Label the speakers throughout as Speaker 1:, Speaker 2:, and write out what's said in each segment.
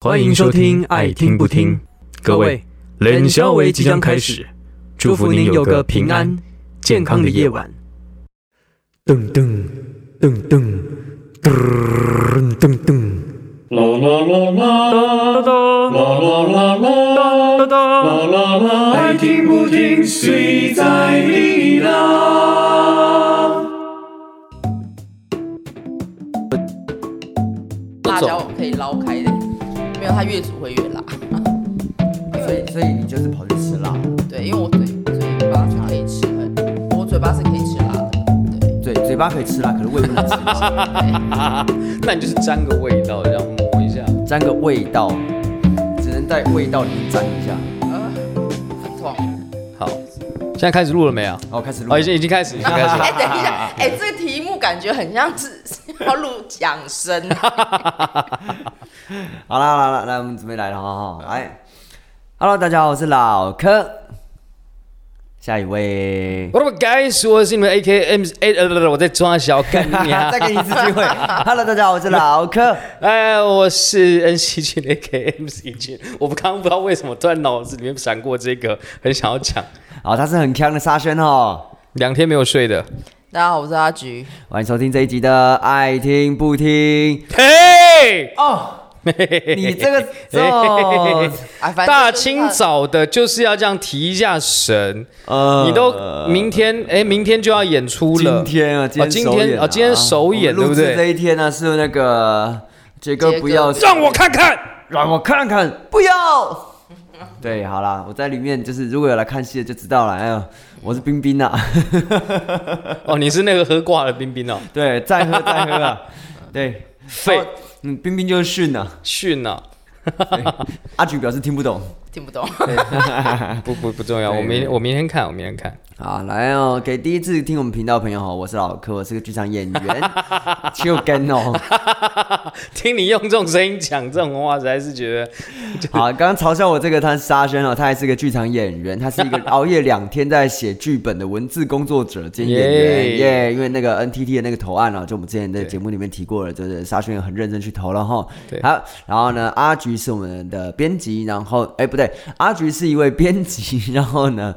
Speaker 1: 欢迎收听《爱听不听》，各位，冷消维即将开始，祝福您有个平安健康的夜晚。
Speaker 2: 噔噔噔噔噔噔噔，
Speaker 3: 啦啦啦啦啦啦啦啦啦啦啦啦，爱听不听谁在你啦？
Speaker 4: 辣椒可以捞开的，没有它越煮会越辣。
Speaker 5: 所以所以你就是跑去吃辣，
Speaker 4: 对，因为我嘴嘴巴是可以吃很，我嘴巴是可以吃辣的。对
Speaker 5: 嘴嘴巴可以吃辣，可是胃不能吃辣，
Speaker 6: 那你就是沾个味道，这样抹一下。
Speaker 5: 沾个味道，只能在味道里面沾一下。
Speaker 4: 呃，很痛。
Speaker 6: 好，现在开始录了没啊？
Speaker 5: 然后开始录
Speaker 6: 哦，已，经已经开始，已经开
Speaker 4: 哎、
Speaker 6: 始。
Speaker 4: 等一下，哎、这个题目感觉很像是要录养生。 啊
Speaker 5: 好啦好啦好啦，来我们准备来了哈哈，来，Hello 大家好，我是老柯，下一位，
Speaker 6: What up, guys？我是你们 A K M A 呃，我在抓小干你啊
Speaker 5: 再！给你一次机 会，Hello 大家好，我是老柯，
Speaker 6: 哎，我是 N C 君 A K M C 君。我刚刚不知道为什么突然脑子里面闪过这个，很想要讲。
Speaker 5: 好，哦他是很强的沙宣哦。
Speaker 6: 两天没有睡的，
Speaker 4: 大家好，我是阿菊。
Speaker 5: 欢迎收听这一集的《爱听不听》
Speaker 6: 嘿，
Speaker 5: 哦，你 这个
Speaker 6: 嘿
Speaker 5: 哦，
Speaker 4: 啊，反正
Speaker 6: 大
Speaker 4: 就是
Speaker 6: 清早的就是要这样提一下神。
Speaker 5: 呃
Speaker 6: 你都明天哎，明天就要演出了。
Speaker 5: 今天啊，今
Speaker 6: 哦
Speaker 5: 天
Speaker 6: 今
Speaker 5: 首
Speaker 6: 天
Speaker 5: 演啊
Speaker 6: 哦今天首演
Speaker 5: 我们录
Speaker 6: 对
Speaker 5: 制
Speaker 6: 不对
Speaker 5: 这一天呢是那个杰
Speaker 4: 杰
Speaker 5: 哥
Speaker 4: 哥
Speaker 5: 不要
Speaker 6: 让我看看。
Speaker 5: 让我看看，不要。 对，好啦，我在里面就是如果有来看戏的就知道了。哎呦，我是冰冰啊呐、
Speaker 6: 哦，你是那个喝挂的冰冰哦，
Speaker 5: 对，再喝再喝 啊，对，
Speaker 6: 废
Speaker 5: 嗯，冰冰就是训呐、
Speaker 6: 训啊！
Speaker 5: 阿菊表示听不懂。
Speaker 4: 听不懂。
Speaker 6: 不不不重要，
Speaker 5: 对
Speaker 6: 我明
Speaker 5: 对
Speaker 6: 我明天看，我明天看。
Speaker 5: 好，来哦，给第一次听我们频道的朋友哈，我是老柯，我是个剧场演 员，就跟哦。
Speaker 6: 听你用这种声音讲这种话，实在是觉得
Speaker 5: 好，刚刚嘲笑我这个他是沙宣哦，他还是个剧场演员，他是 一个熬夜两天在写剧本的文字工作者兼演员
Speaker 6: 耶
Speaker 5: 耶。因为那个 NTT 的那个投案啊，就我们之前在
Speaker 6: 对
Speaker 5: 节目里面提过了，就是沙宣很认真去投了哈。
Speaker 6: 对
Speaker 5: 好，然后呢，阿菊是我们的编辑，然后哎不对，阿菊是一位编辑，然后呢。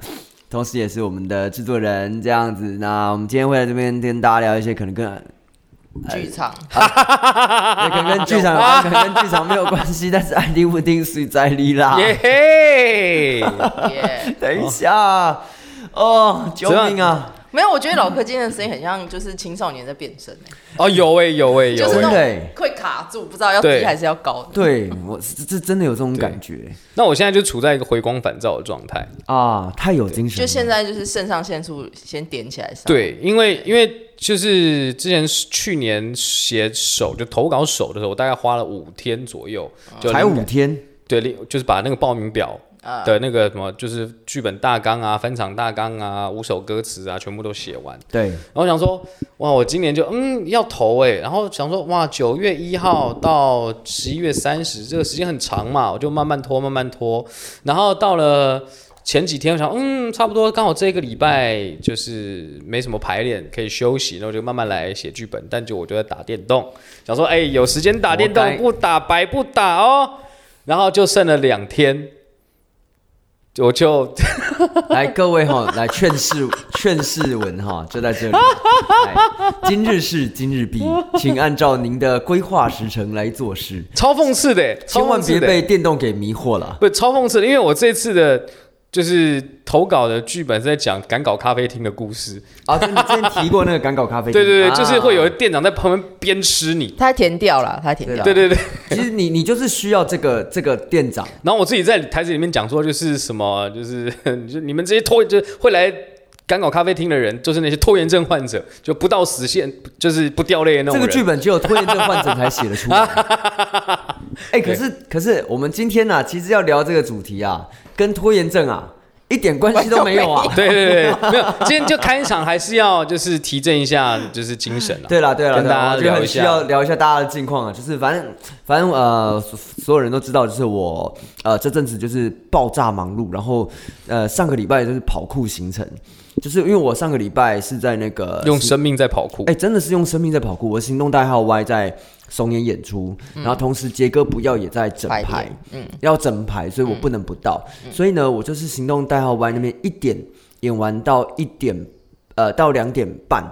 Speaker 5: 同时也是我们的制作人，这样子。那我们今天会在这边跟大家聊一些可能跟
Speaker 4: 剧场，
Speaker 5: 也可能跟剧场有关，可能跟剧场没有关系，但是爱听不听谁在理啦。
Speaker 6: 耶嘿，
Speaker 4: 耶，
Speaker 5: 等一下，哦，救命啊！
Speaker 4: 没有，我觉得老柯今天的声音很像就是青少年在变声、欸，
Speaker 6: 哦有哎有哎有
Speaker 4: 就是
Speaker 6: 哎，
Speaker 4: 那
Speaker 5: 真的欸
Speaker 4: 种会卡住，不知道要
Speaker 6: 对
Speaker 4: 低还是要高的。
Speaker 5: 对我这这真的有这种感觉
Speaker 6: 那我现在就处在一个回光返照的状态。
Speaker 5: 啊，太有精神
Speaker 4: 就
Speaker 5: 了。
Speaker 4: 现在就是肾上腺素先点起来上。
Speaker 6: 对，因为因为就是之前去年写手就投稿手的时候，我大概花了五天左右，就
Speaker 5: 啊才五啊天，
Speaker 6: 对，另就是把那个报名表的那个什么，就是剧本大纲啊、翻场大纲啊、五首歌词啊，全部都写完。
Speaker 5: 对，
Speaker 6: 然后想说，哇，我今年就嗯要投哎，然后想说，哇，九月一号到十一月三十，这个时间很长嘛，我就慢慢拖，慢慢拖。然后到了前几天，我想，嗯，差不多刚好这个礼拜就是没什么排练，可以休息，然后就慢慢来写剧本。但就我就在打电动，想说，哎，有时间打电
Speaker 5: 活该
Speaker 6: 动，不打白不打哦。然后就剩了两天，我就
Speaker 5: 来各位哈，来劝世劝世文哈，就在这里。来今日事今日毕，请按照您的规划时程来做事，
Speaker 6: 超讽刺的欸，超
Speaker 5: 千万
Speaker 6: 讽刺
Speaker 5: 别
Speaker 6: 的欸
Speaker 5: 被电动给迷惑了。
Speaker 6: 不超讽刺的，因为我这次的就是投稿的剧本是在讲赶稿咖啡厅的故事。
Speaker 5: 啊，就你之前提过那个赶稿咖啡厅，
Speaker 6: 对对对，
Speaker 5: 啊啊
Speaker 6: 就是会有店长在旁边鞭笞你。
Speaker 4: 他填掉了，他填掉。
Speaker 6: 对对对，
Speaker 5: 其实你你就是需要这个这个店长，
Speaker 6: 然后我自己在台词里面讲说，就是什么，就是 就你们这些拖就会来赶稿咖啡厅的人，就是那些拖延症患者，就不到死线，就是不掉泪的那
Speaker 5: 这
Speaker 6: 种
Speaker 5: 个
Speaker 6: 人。
Speaker 5: 剧本只有拖延症患者才写得 出来。哎、可是可是我们今天呢、啊，其实要聊这个主题啊，跟拖延症啊一点关系都没有啊。
Speaker 6: 对对对，对没有，今天就开场还是要就是提振一下，就是精神啊。
Speaker 5: 对啦，对啦，
Speaker 6: 跟
Speaker 5: 对
Speaker 6: 大
Speaker 5: 啦
Speaker 6: 家
Speaker 5: 我觉得
Speaker 6: 聊
Speaker 5: 很
Speaker 6: 一
Speaker 5: 需要
Speaker 6: 下。嗯
Speaker 5: 聊一下大家的近况啊，就是反正反正呃，所所有人都知道，就是我呃这阵子就是爆炸忙碌，然后呃上个礼拜就是跑酷行程，就是因为我上个礼拜是在那个
Speaker 6: 用生命在跑酷
Speaker 5: 哎、。真的是用生命在跑酷。我行动代号 Y 在松烟演出，然后同时杰哥不要也在整
Speaker 4: 排
Speaker 5: 排
Speaker 4: 练，嗯，
Speaker 5: 要整排，所以我不能不到。所以呢，我就是行动代号 Y 那边一点演完到一点，呃，到两点半。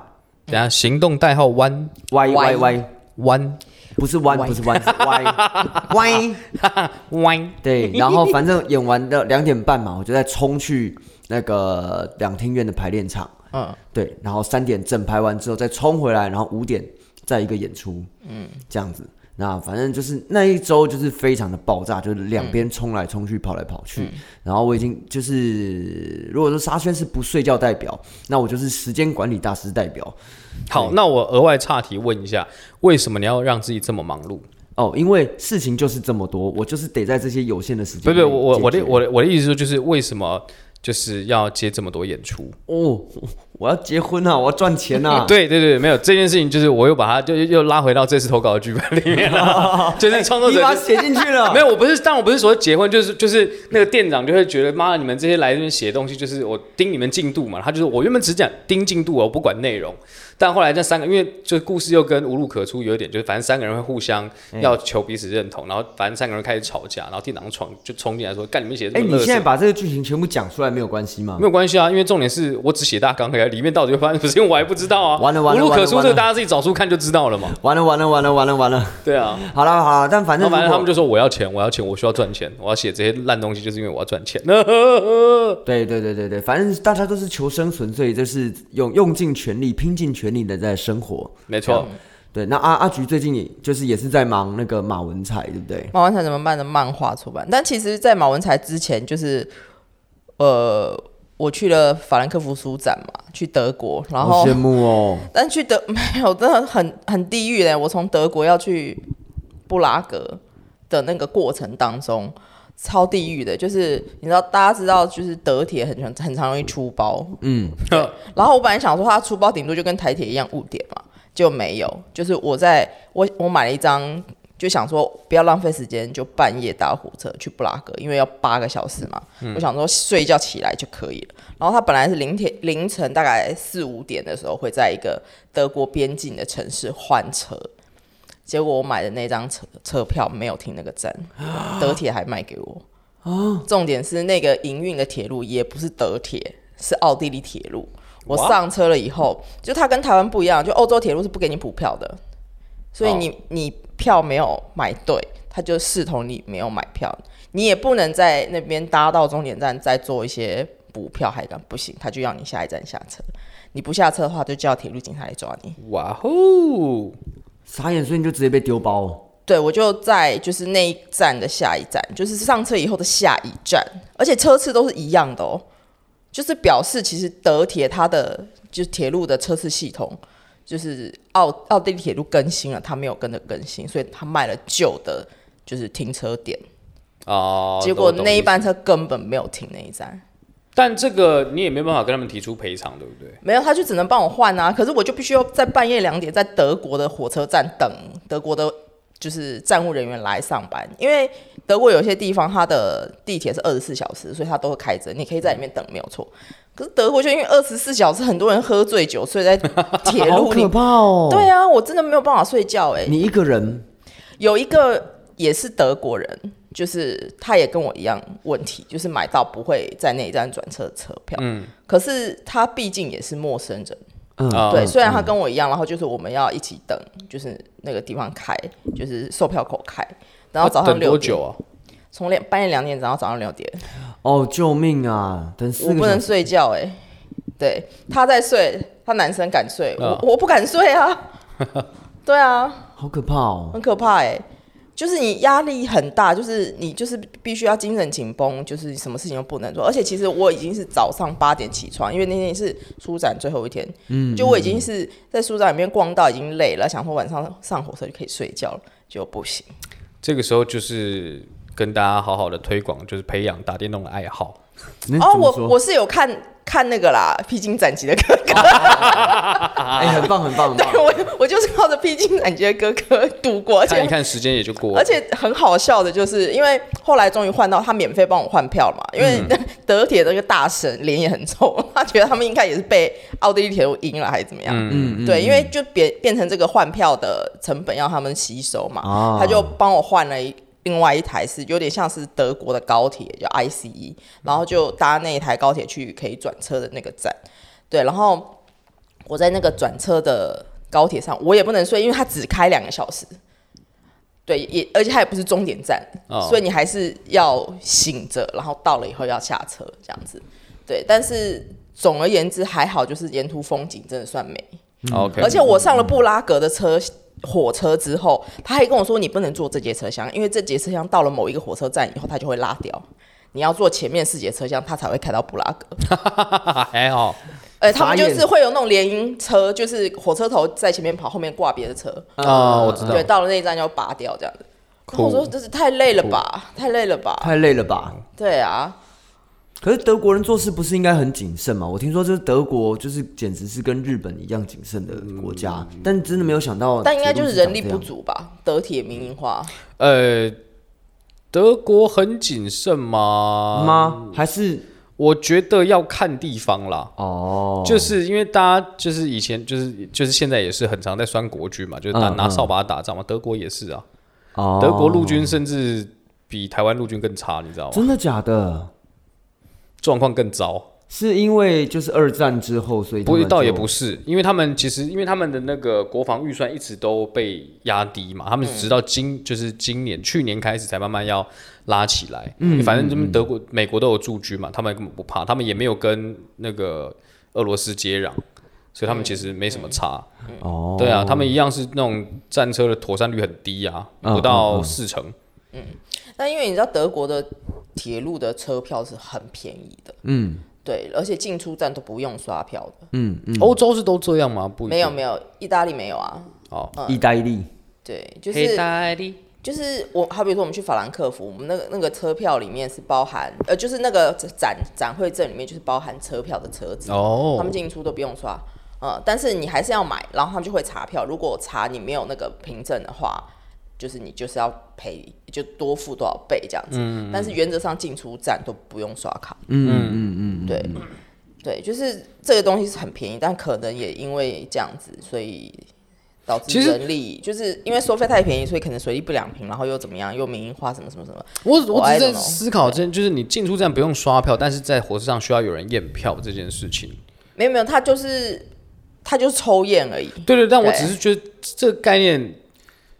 Speaker 6: 等一下行动代号弯
Speaker 5: Y Y
Speaker 4: Y
Speaker 5: Y，
Speaker 6: 弯
Speaker 5: 不是弯，不是弯，是 Y Y。
Speaker 6: 弯，
Speaker 5: 对，然后反正演完的两点半嘛，我就再冲去那个两厅院的排练场。
Speaker 4: 嗯，
Speaker 5: 对，然后三点整排完之后再冲回来，然后五点再一个演出，嗯，这样子。那反正就是那一周就是非常的爆炸，就是两边冲来冲去，跑来跑去。然后我已经就是，如果说沙宣是不睡觉代表，那我就是时间管理大师代表
Speaker 6: 好，那我额外岔题问一下，为什么你要让自己这么忙碌？
Speaker 5: 哦，因为事情就是这么多，我就是得在这些有限的时
Speaker 6: 不
Speaker 5: 间
Speaker 6: 不，
Speaker 5: 内
Speaker 6: 我我我
Speaker 5: 解
Speaker 6: 的
Speaker 5: 决
Speaker 6: 我的我的意思说就是为什么就是要接这么多演出？，
Speaker 5: 哦，我我要结婚啊，我要赚钱啊
Speaker 6: 对对对，没有这件事情，就是我又把它就又又拉回到这次投稿的剧本里面 了，就是创作
Speaker 5: 你
Speaker 6: 者
Speaker 5: 把
Speaker 6: 就
Speaker 5: 它
Speaker 6: 是。
Speaker 5: 写进去 了，
Speaker 6: 没有，我不是，但我不是说结婚，就是就是那个店长就会觉得，妈的，你们这些来这边写东西，就是我盯你们进度嘛。他就是我原本只讲盯进度哦，我不管内容。但后来那三个，因为就是故事又跟无路可出有一点，就是反正三个人会互相要求彼此认
Speaker 5: 嗯
Speaker 6: 同，然后反正三个人开始吵架，然后店长闯就冲进来说，干你们写的
Speaker 5: 哎，
Speaker 6: 这么
Speaker 5: 你
Speaker 6: 垃圾
Speaker 5: 现在把这个剧情全部讲出来没有关系吗？
Speaker 6: 没有关系啊，因为重点是我只写大纲而已啊，里面到底会发生什么事情我还不知道啊。
Speaker 5: 完了完了
Speaker 6: 无路可
Speaker 5: 完了
Speaker 6: 出，
Speaker 5: 完
Speaker 6: 这
Speaker 5: 了
Speaker 6: 个大家自己找书看就知道了嘛。
Speaker 5: 完了完了完了完了完了，
Speaker 6: 对啊，
Speaker 5: 好了好了，但反
Speaker 6: 然后反正
Speaker 5: 正如果
Speaker 6: 他们就说我要钱，我要钱，我需要赚钱，我要写这些烂东西，就是因为我要赚钱。
Speaker 5: 对对对对对，反正大家都是求生存，所以就是用用尽全力、拼尽全力的在生活。
Speaker 6: 没错，
Speaker 5: 对，那阿阿菊最近也就是也是在忙那个马文才，对不对？
Speaker 4: 马文才怎么办的漫画出版，但其实，在马文才之前，就是呃，我去了法兰克福书展嘛，去德国，然后
Speaker 5: 好羡慕哦，
Speaker 4: 但去德 没有，真的很很地狱欸嘞！我从德国要去布拉格的那个过程当中，超地狱的，就是你知道，大家知道，就是德铁很常很常容易出包，
Speaker 5: 嗯，
Speaker 4: 然后我本来想说它出包顶多就跟台铁一样误点嘛，就没有，就是我在我我买了一张。就想说不要浪费时间，就半夜搭火车去布拉格，因为要八个小时嘛。我想说睡一觉起来就可以了。然后他本来是凌天凌晨大概四五点的时候会在一个德国边境的城市换车，结果我买的那张车车票没有停那个站，德铁还卖给我。重点是那个营运的铁路也不是德铁，是奥地利铁路。我
Speaker 6: 哇
Speaker 4: 上车了以后，就它跟台湾不一样，就欧洲铁路是不给你补票的，所以
Speaker 6: 哦
Speaker 4: 你、你票没有买对，它就视同你没有买票，你也不能在那边搭到终点站再做一些补票，还干不行，他就要你下一站下车。你不下车的话，就叫铁路警察来抓你。
Speaker 6: 哇哦，
Speaker 5: 傻眼，所以你就直接被丢包、哦。
Speaker 4: 对，我就在就是那一站的下一站，就是上车以后的下一站，而且车次都是一样的哦，就是表示其实德铁它的就是铁路的车次系统，就是奥奥地利铁路更新了，它没有跟着更新，所以它卖了旧的，就是停车点，
Speaker 6: 哦，
Speaker 4: 结果
Speaker 6: 我懂
Speaker 4: 那一班
Speaker 6: 意思，
Speaker 4: 车根本没有停那一站，
Speaker 6: 但这个你也没办法跟他们提出赔偿，对不对？
Speaker 4: 没有，他就只能帮我换啊，可是我就必须要在半夜两点在德国的火车站等德国的，就是站务人员来上班，因为德国有些地方它的地铁是二十四小时，所以它都会开着，你可以在里面等，没有错。可是德国就因为二十四小时很多人喝醉酒，所以在
Speaker 6: 哎
Speaker 4: 铁
Speaker 5: 好
Speaker 4: 路
Speaker 5: 可
Speaker 4: 里，
Speaker 5: 怕哦！
Speaker 4: 对啊，我真的没有办法睡觉哎、
Speaker 5: 你一个人，
Speaker 4: 有一个也是德国人，就是他也跟我一样问题，就是买到不会在那一站转车的车票，嗯，可是他毕竟也是陌生人。
Speaker 5: 嗯，
Speaker 6: 啊
Speaker 4: 对，虽然他跟我一样，然后就是我们要一起等，就是那个地方开，就是售票口开，然后哦早
Speaker 6: 他
Speaker 4: 上
Speaker 6: 等
Speaker 4: 六
Speaker 6: 多
Speaker 4: 点
Speaker 6: 久，啊？
Speaker 4: 从两半夜两点等到早上六点，
Speaker 5: 哦，救命啊！等
Speaker 4: 我
Speaker 5: 四
Speaker 4: 不
Speaker 5: 个小
Speaker 4: 能
Speaker 5: 时，
Speaker 4: 睡觉哎、对，他在睡，他男生敢睡，
Speaker 6: 啊
Speaker 4: 我我不敢睡啊，对啊，
Speaker 5: 好可怕哦！
Speaker 4: 很可怕哎、就是你压力很大，就是你就是必须要精神紧绷，就是什么事情都不能做。而且其实我已经是早上八点起床，因为那天是书展最后一天，嗯，就我已经是在书展里面逛到已经累了，想说晚上上火车就可以睡觉了，就不行。
Speaker 6: 这个时候就是跟大家好好的推广，就是培养打电动的爱好。
Speaker 5: 你
Speaker 4: 哦，
Speaker 5: 怎么
Speaker 4: 我
Speaker 5: 说
Speaker 4: 我是有看看那个啦，《披荆斩棘的哥哥》
Speaker 6: 啊
Speaker 5: 哎、很棒，很棒，很棒。
Speaker 4: 对 我我就是靠着《披荆斩棘的哥哥》度过，而且
Speaker 6: 看一看时间也就过了。
Speaker 4: 而且很好笑的，就是因为后来终于换到他免费帮我换票了嘛，因为 德铁那个大神脸也很臭，他觉得他们应该也是被奥地利铁路赢了还是怎么样。
Speaker 6: 嗯，
Speaker 4: 对，因为就变变成这个换票的成本要他们吸收嘛，
Speaker 5: 哦
Speaker 4: 他就帮我换了一另外一台是有点像是德国的高铁，叫 ICE，然后就搭那一台高铁去可以转车的那个站，对，然后我在那个转车的高铁上，我也不能睡，因为它只开两个小时。对，也而且它也不是终点站，
Speaker 6: 哦
Speaker 4: 所以你还是要醒着，然后到了以后要下车这样子。对，但是总而言之还好，就是沿途风景真的算美。
Speaker 6: 嗯 OK，
Speaker 4: 嗯而且我上了布拉格的车火车之后，他还跟我说你不能坐这节车厢，因为这节车厢到了某一个火车站以后，它就会拉掉。你要坐前面四节车厢，它才会开到布拉格。
Speaker 6: 啊还好，
Speaker 4: 呃，他们
Speaker 5: 傻
Speaker 4: 就
Speaker 5: 眼
Speaker 4: 是会有那种联姻车，就是火车头在前面跑，后面挂别的车。
Speaker 6: 哦我知道
Speaker 4: 对，到了那一站就要拔掉这样子。然后我说这是太累了吧，太累了吧。
Speaker 5: 太累了吧？
Speaker 4: 对啊，
Speaker 5: 可是德国人做事不是应该很谨慎吗？我听说就是德国就是简直是跟日本一样谨慎的国
Speaker 6: 嗯
Speaker 5: 家，但真的没有想到，
Speaker 4: 但应该就是人力不。足吧，德铁民营化。
Speaker 6: 呃，德国很谨慎吗？
Speaker 4: 啊
Speaker 5: 吗？还是
Speaker 6: 我觉得要看地方啦。
Speaker 5: 哦，
Speaker 6: 就是因为大家就是以前就是就是现在也是很常在酸国军嘛，就是拿、
Speaker 5: 嗯
Speaker 6: 拿
Speaker 5: 嗯
Speaker 6: 扫把打仗嘛，德国也是啊，
Speaker 5: 哦
Speaker 6: 德国陆军甚至比台湾陆军更差，你知道吗？
Speaker 5: 真的假的？
Speaker 6: 状况更糟。
Speaker 5: 是因为就是二战之后，所以
Speaker 6: 不，倒
Speaker 5: 到
Speaker 6: 也不是，因为他们其实因为他们的那个国防预算一直都被压低嘛，
Speaker 5: 嗯
Speaker 6: 他们直到今、就是今年去年开始才慢慢要拉起来。嗯，反正他们德国、美国都有驻军嘛，他们根本不怕，他们也没有跟那个俄罗斯接壤，所以他们其实没什么差。
Speaker 5: 哦，
Speaker 6: 对啊，他们一样是那种战车的妥善率很低啊，
Speaker 5: 嗯
Speaker 6: 不
Speaker 5: 嗯
Speaker 6: 到
Speaker 5: 嗯
Speaker 6: 四成。
Speaker 4: 但因为你知道德国的铁路的车票是很便宜的，
Speaker 5: 嗯
Speaker 4: 对，而且进出站都不用刷票的。
Speaker 5: 嗯嗯，
Speaker 6: 欧、洲是都这样吗？不一定，
Speaker 4: 没有没有，意大利没有啊。
Speaker 6: 哦，
Speaker 5: 意大利
Speaker 4: 对，就
Speaker 6: 意
Speaker 4: 是
Speaker 6: 大利
Speaker 4: 就是我，好比说我们去法兰克福，我们那个那个车票里面是包含，呃，就是那个展展会证里面就是包含车票的车子，
Speaker 6: 哦
Speaker 4: 他们进出都不用刷，呃，但是你还是要买，然后他们就会查票，如果查你没有那个凭证的话，就是你就是要赔，就多付多少倍这样子，
Speaker 6: 嗯
Speaker 4: 但是原则上进出站都不用刷卡，嗯嗯嗯嗯，对。对，就是这个东西是很便宜，但可能也因为这样子，所以导致
Speaker 6: 其实
Speaker 4: 人力就是因为收费太便宜，所以可能水利不良平，然后又怎么样，又民营化什么什么什么。
Speaker 6: 我
Speaker 4: 我
Speaker 6: 我只是
Speaker 4: I
Speaker 6: 在
Speaker 4: don't know
Speaker 6: 思考这，就是你进出站不用刷票，但是在火车上需要有人验票这件事情。
Speaker 4: 没有没有，他就是他就是抽验而已。
Speaker 6: 对对，但我
Speaker 4: 对
Speaker 6: 只是觉得这个概念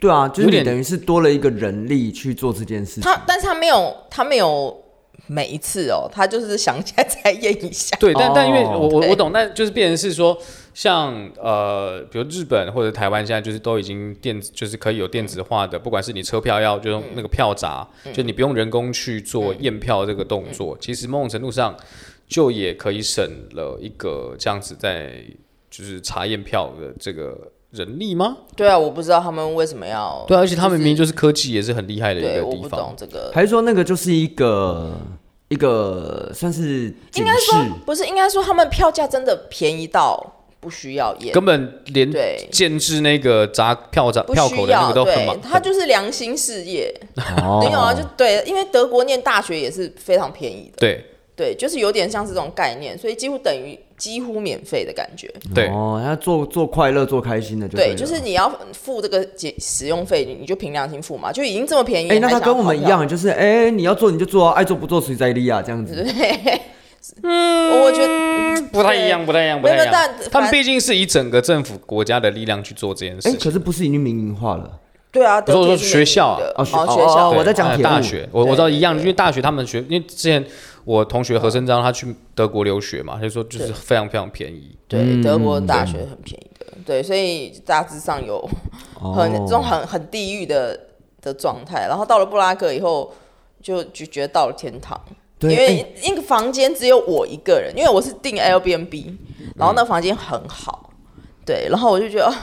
Speaker 5: 对啊，就是
Speaker 6: 有
Speaker 5: 你
Speaker 6: 点
Speaker 5: 等于是多了一个人力去做这件事情。
Speaker 4: 他但是他没有他没有每一次哦，他就是想起来才验一下。
Speaker 6: 对，但但因为
Speaker 5: 哦
Speaker 6: 我我
Speaker 4: 对
Speaker 6: 我懂，但就是变成是说，像呃，比如日本或者台湾现在就是都已经电子，就是可以有电子化的，不管是你车票要就用
Speaker 4: 嗯
Speaker 6: 那个票闸，就你不用人工去做验票这个动
Speaker 4: 嗯
Speaker 6: 作，其实某种程度上就也可以省了一个这样子在就是查验票的这个人力吗？
Speaker 4: 对啊，我不知道他们为什么要。
Speaker 6: 对啊，而且他们明明就是科技也是很厉害的一
Speaker 4: 哦对，
Speaker 6: 个
Speaker 4: 我
Speaker 6: 地
Speaker 4: 不
Speaker 6: 方
Speaker 4: 懂。这个。
Speaker 5: 还是说那个就是一个一个算是警
Speaker 4: 应该
Speaker 5: 示
Speaker 4: 说不是，应该说他们票价真的便宜到不需要验。
Speaker 6: 根本连
Speaker 4: 对
Speaker 6: 建制那个闸票闸
Speaker 4: 不
Speaker 6: 票
Speaker 4: 需
Speaker 6: 口的那
Speaker 4: 要，
Speaker 6: 个都很
Speaker 4: 对
Speaker 6: 忙，，
Speaker 4: 他就是良心事业，
Speaker 5: 哦
Speaker 4: 没有啊，就对，因为德国念大学也是非常便宜的，
Speaker 6: 对
Speaker 4: 对，就是有点像是这种概念，所以几乎等于几乎免费的感觉，
Speaker 6: 对，
Speaker 5: 哦，他做做快乐做开心的就
Speaker 6: 啊
Speaker 4: 对，
Speaker 5: 了
Speaker 4: 就是你要付这个解使用费，你就凭良心付嘛，就已经这么便宜，
Speaker 5: 哎、那
Speaker 4: 还
Speaker 5: 他
Speaker 4: 想
Speaker 5: 跟我们
Speaker 4: 跑
Speaker 5: 一
Speaker 4: 票，
Speaker 5: 样，就是哎、你要做你就做啊，爱做不做随在利啊，这样子。
Speaker 4: 我觉得
Speaker 6: 不太一样，，不太一样，不
Speaker 4: 没有
Speaker 6: 太一样
Speaker 4: 但。
Speaker 6: 他们
Speaker 4: 反
Speaker 6: 毕竟是以整个政府国家的力量去做这件
Speaker 5: 哎、
Speaker 6: 事
Speaker 5: 可
Speaker 6: 情。
Speaker 5: 是不是已经民营化了？
Speaker 4: 对对啊，德
Speaker 6: 我说
Speaker 4: 国
Speaker 6: 我说
Speaker 4: 是
Speaker 6: 学
Speaker 4: 免
Speaker 6: 校
Speaker 4: 疫
Speaker 6: 啊
Speaker 4: 的
Speaker 5: 哦
Speaker 4: 哦，
Speaker 5: 学哦
Speaker 4: 学校，
Speaker 5: 哦我在讲
Speaker 6: 还有
Speaker 5: 铁路
Speaker 6: 呃大学，我
Speaker 4: 对
Speaker 6: 我知道一样，因为大学他们学，因为之前我同学何生章他去德国留学嘛，他就说就是
Speaker 4: 嗯对
Speaker 6: 非常非常便宜。
Speaker 4: 对，德国大学很便宜的，对，所以大致上有
Speaker 5: 哦
Speaker 4: 很这种很很地狱的的状态。然后到了布拉格以后，就就觉得到了天堂，因
Speaker 5: 对
Speaker 4: 为那个房间只有我一个人，因为我是订 Airbnb，然后那房间很好，对，然后我就觉得、啊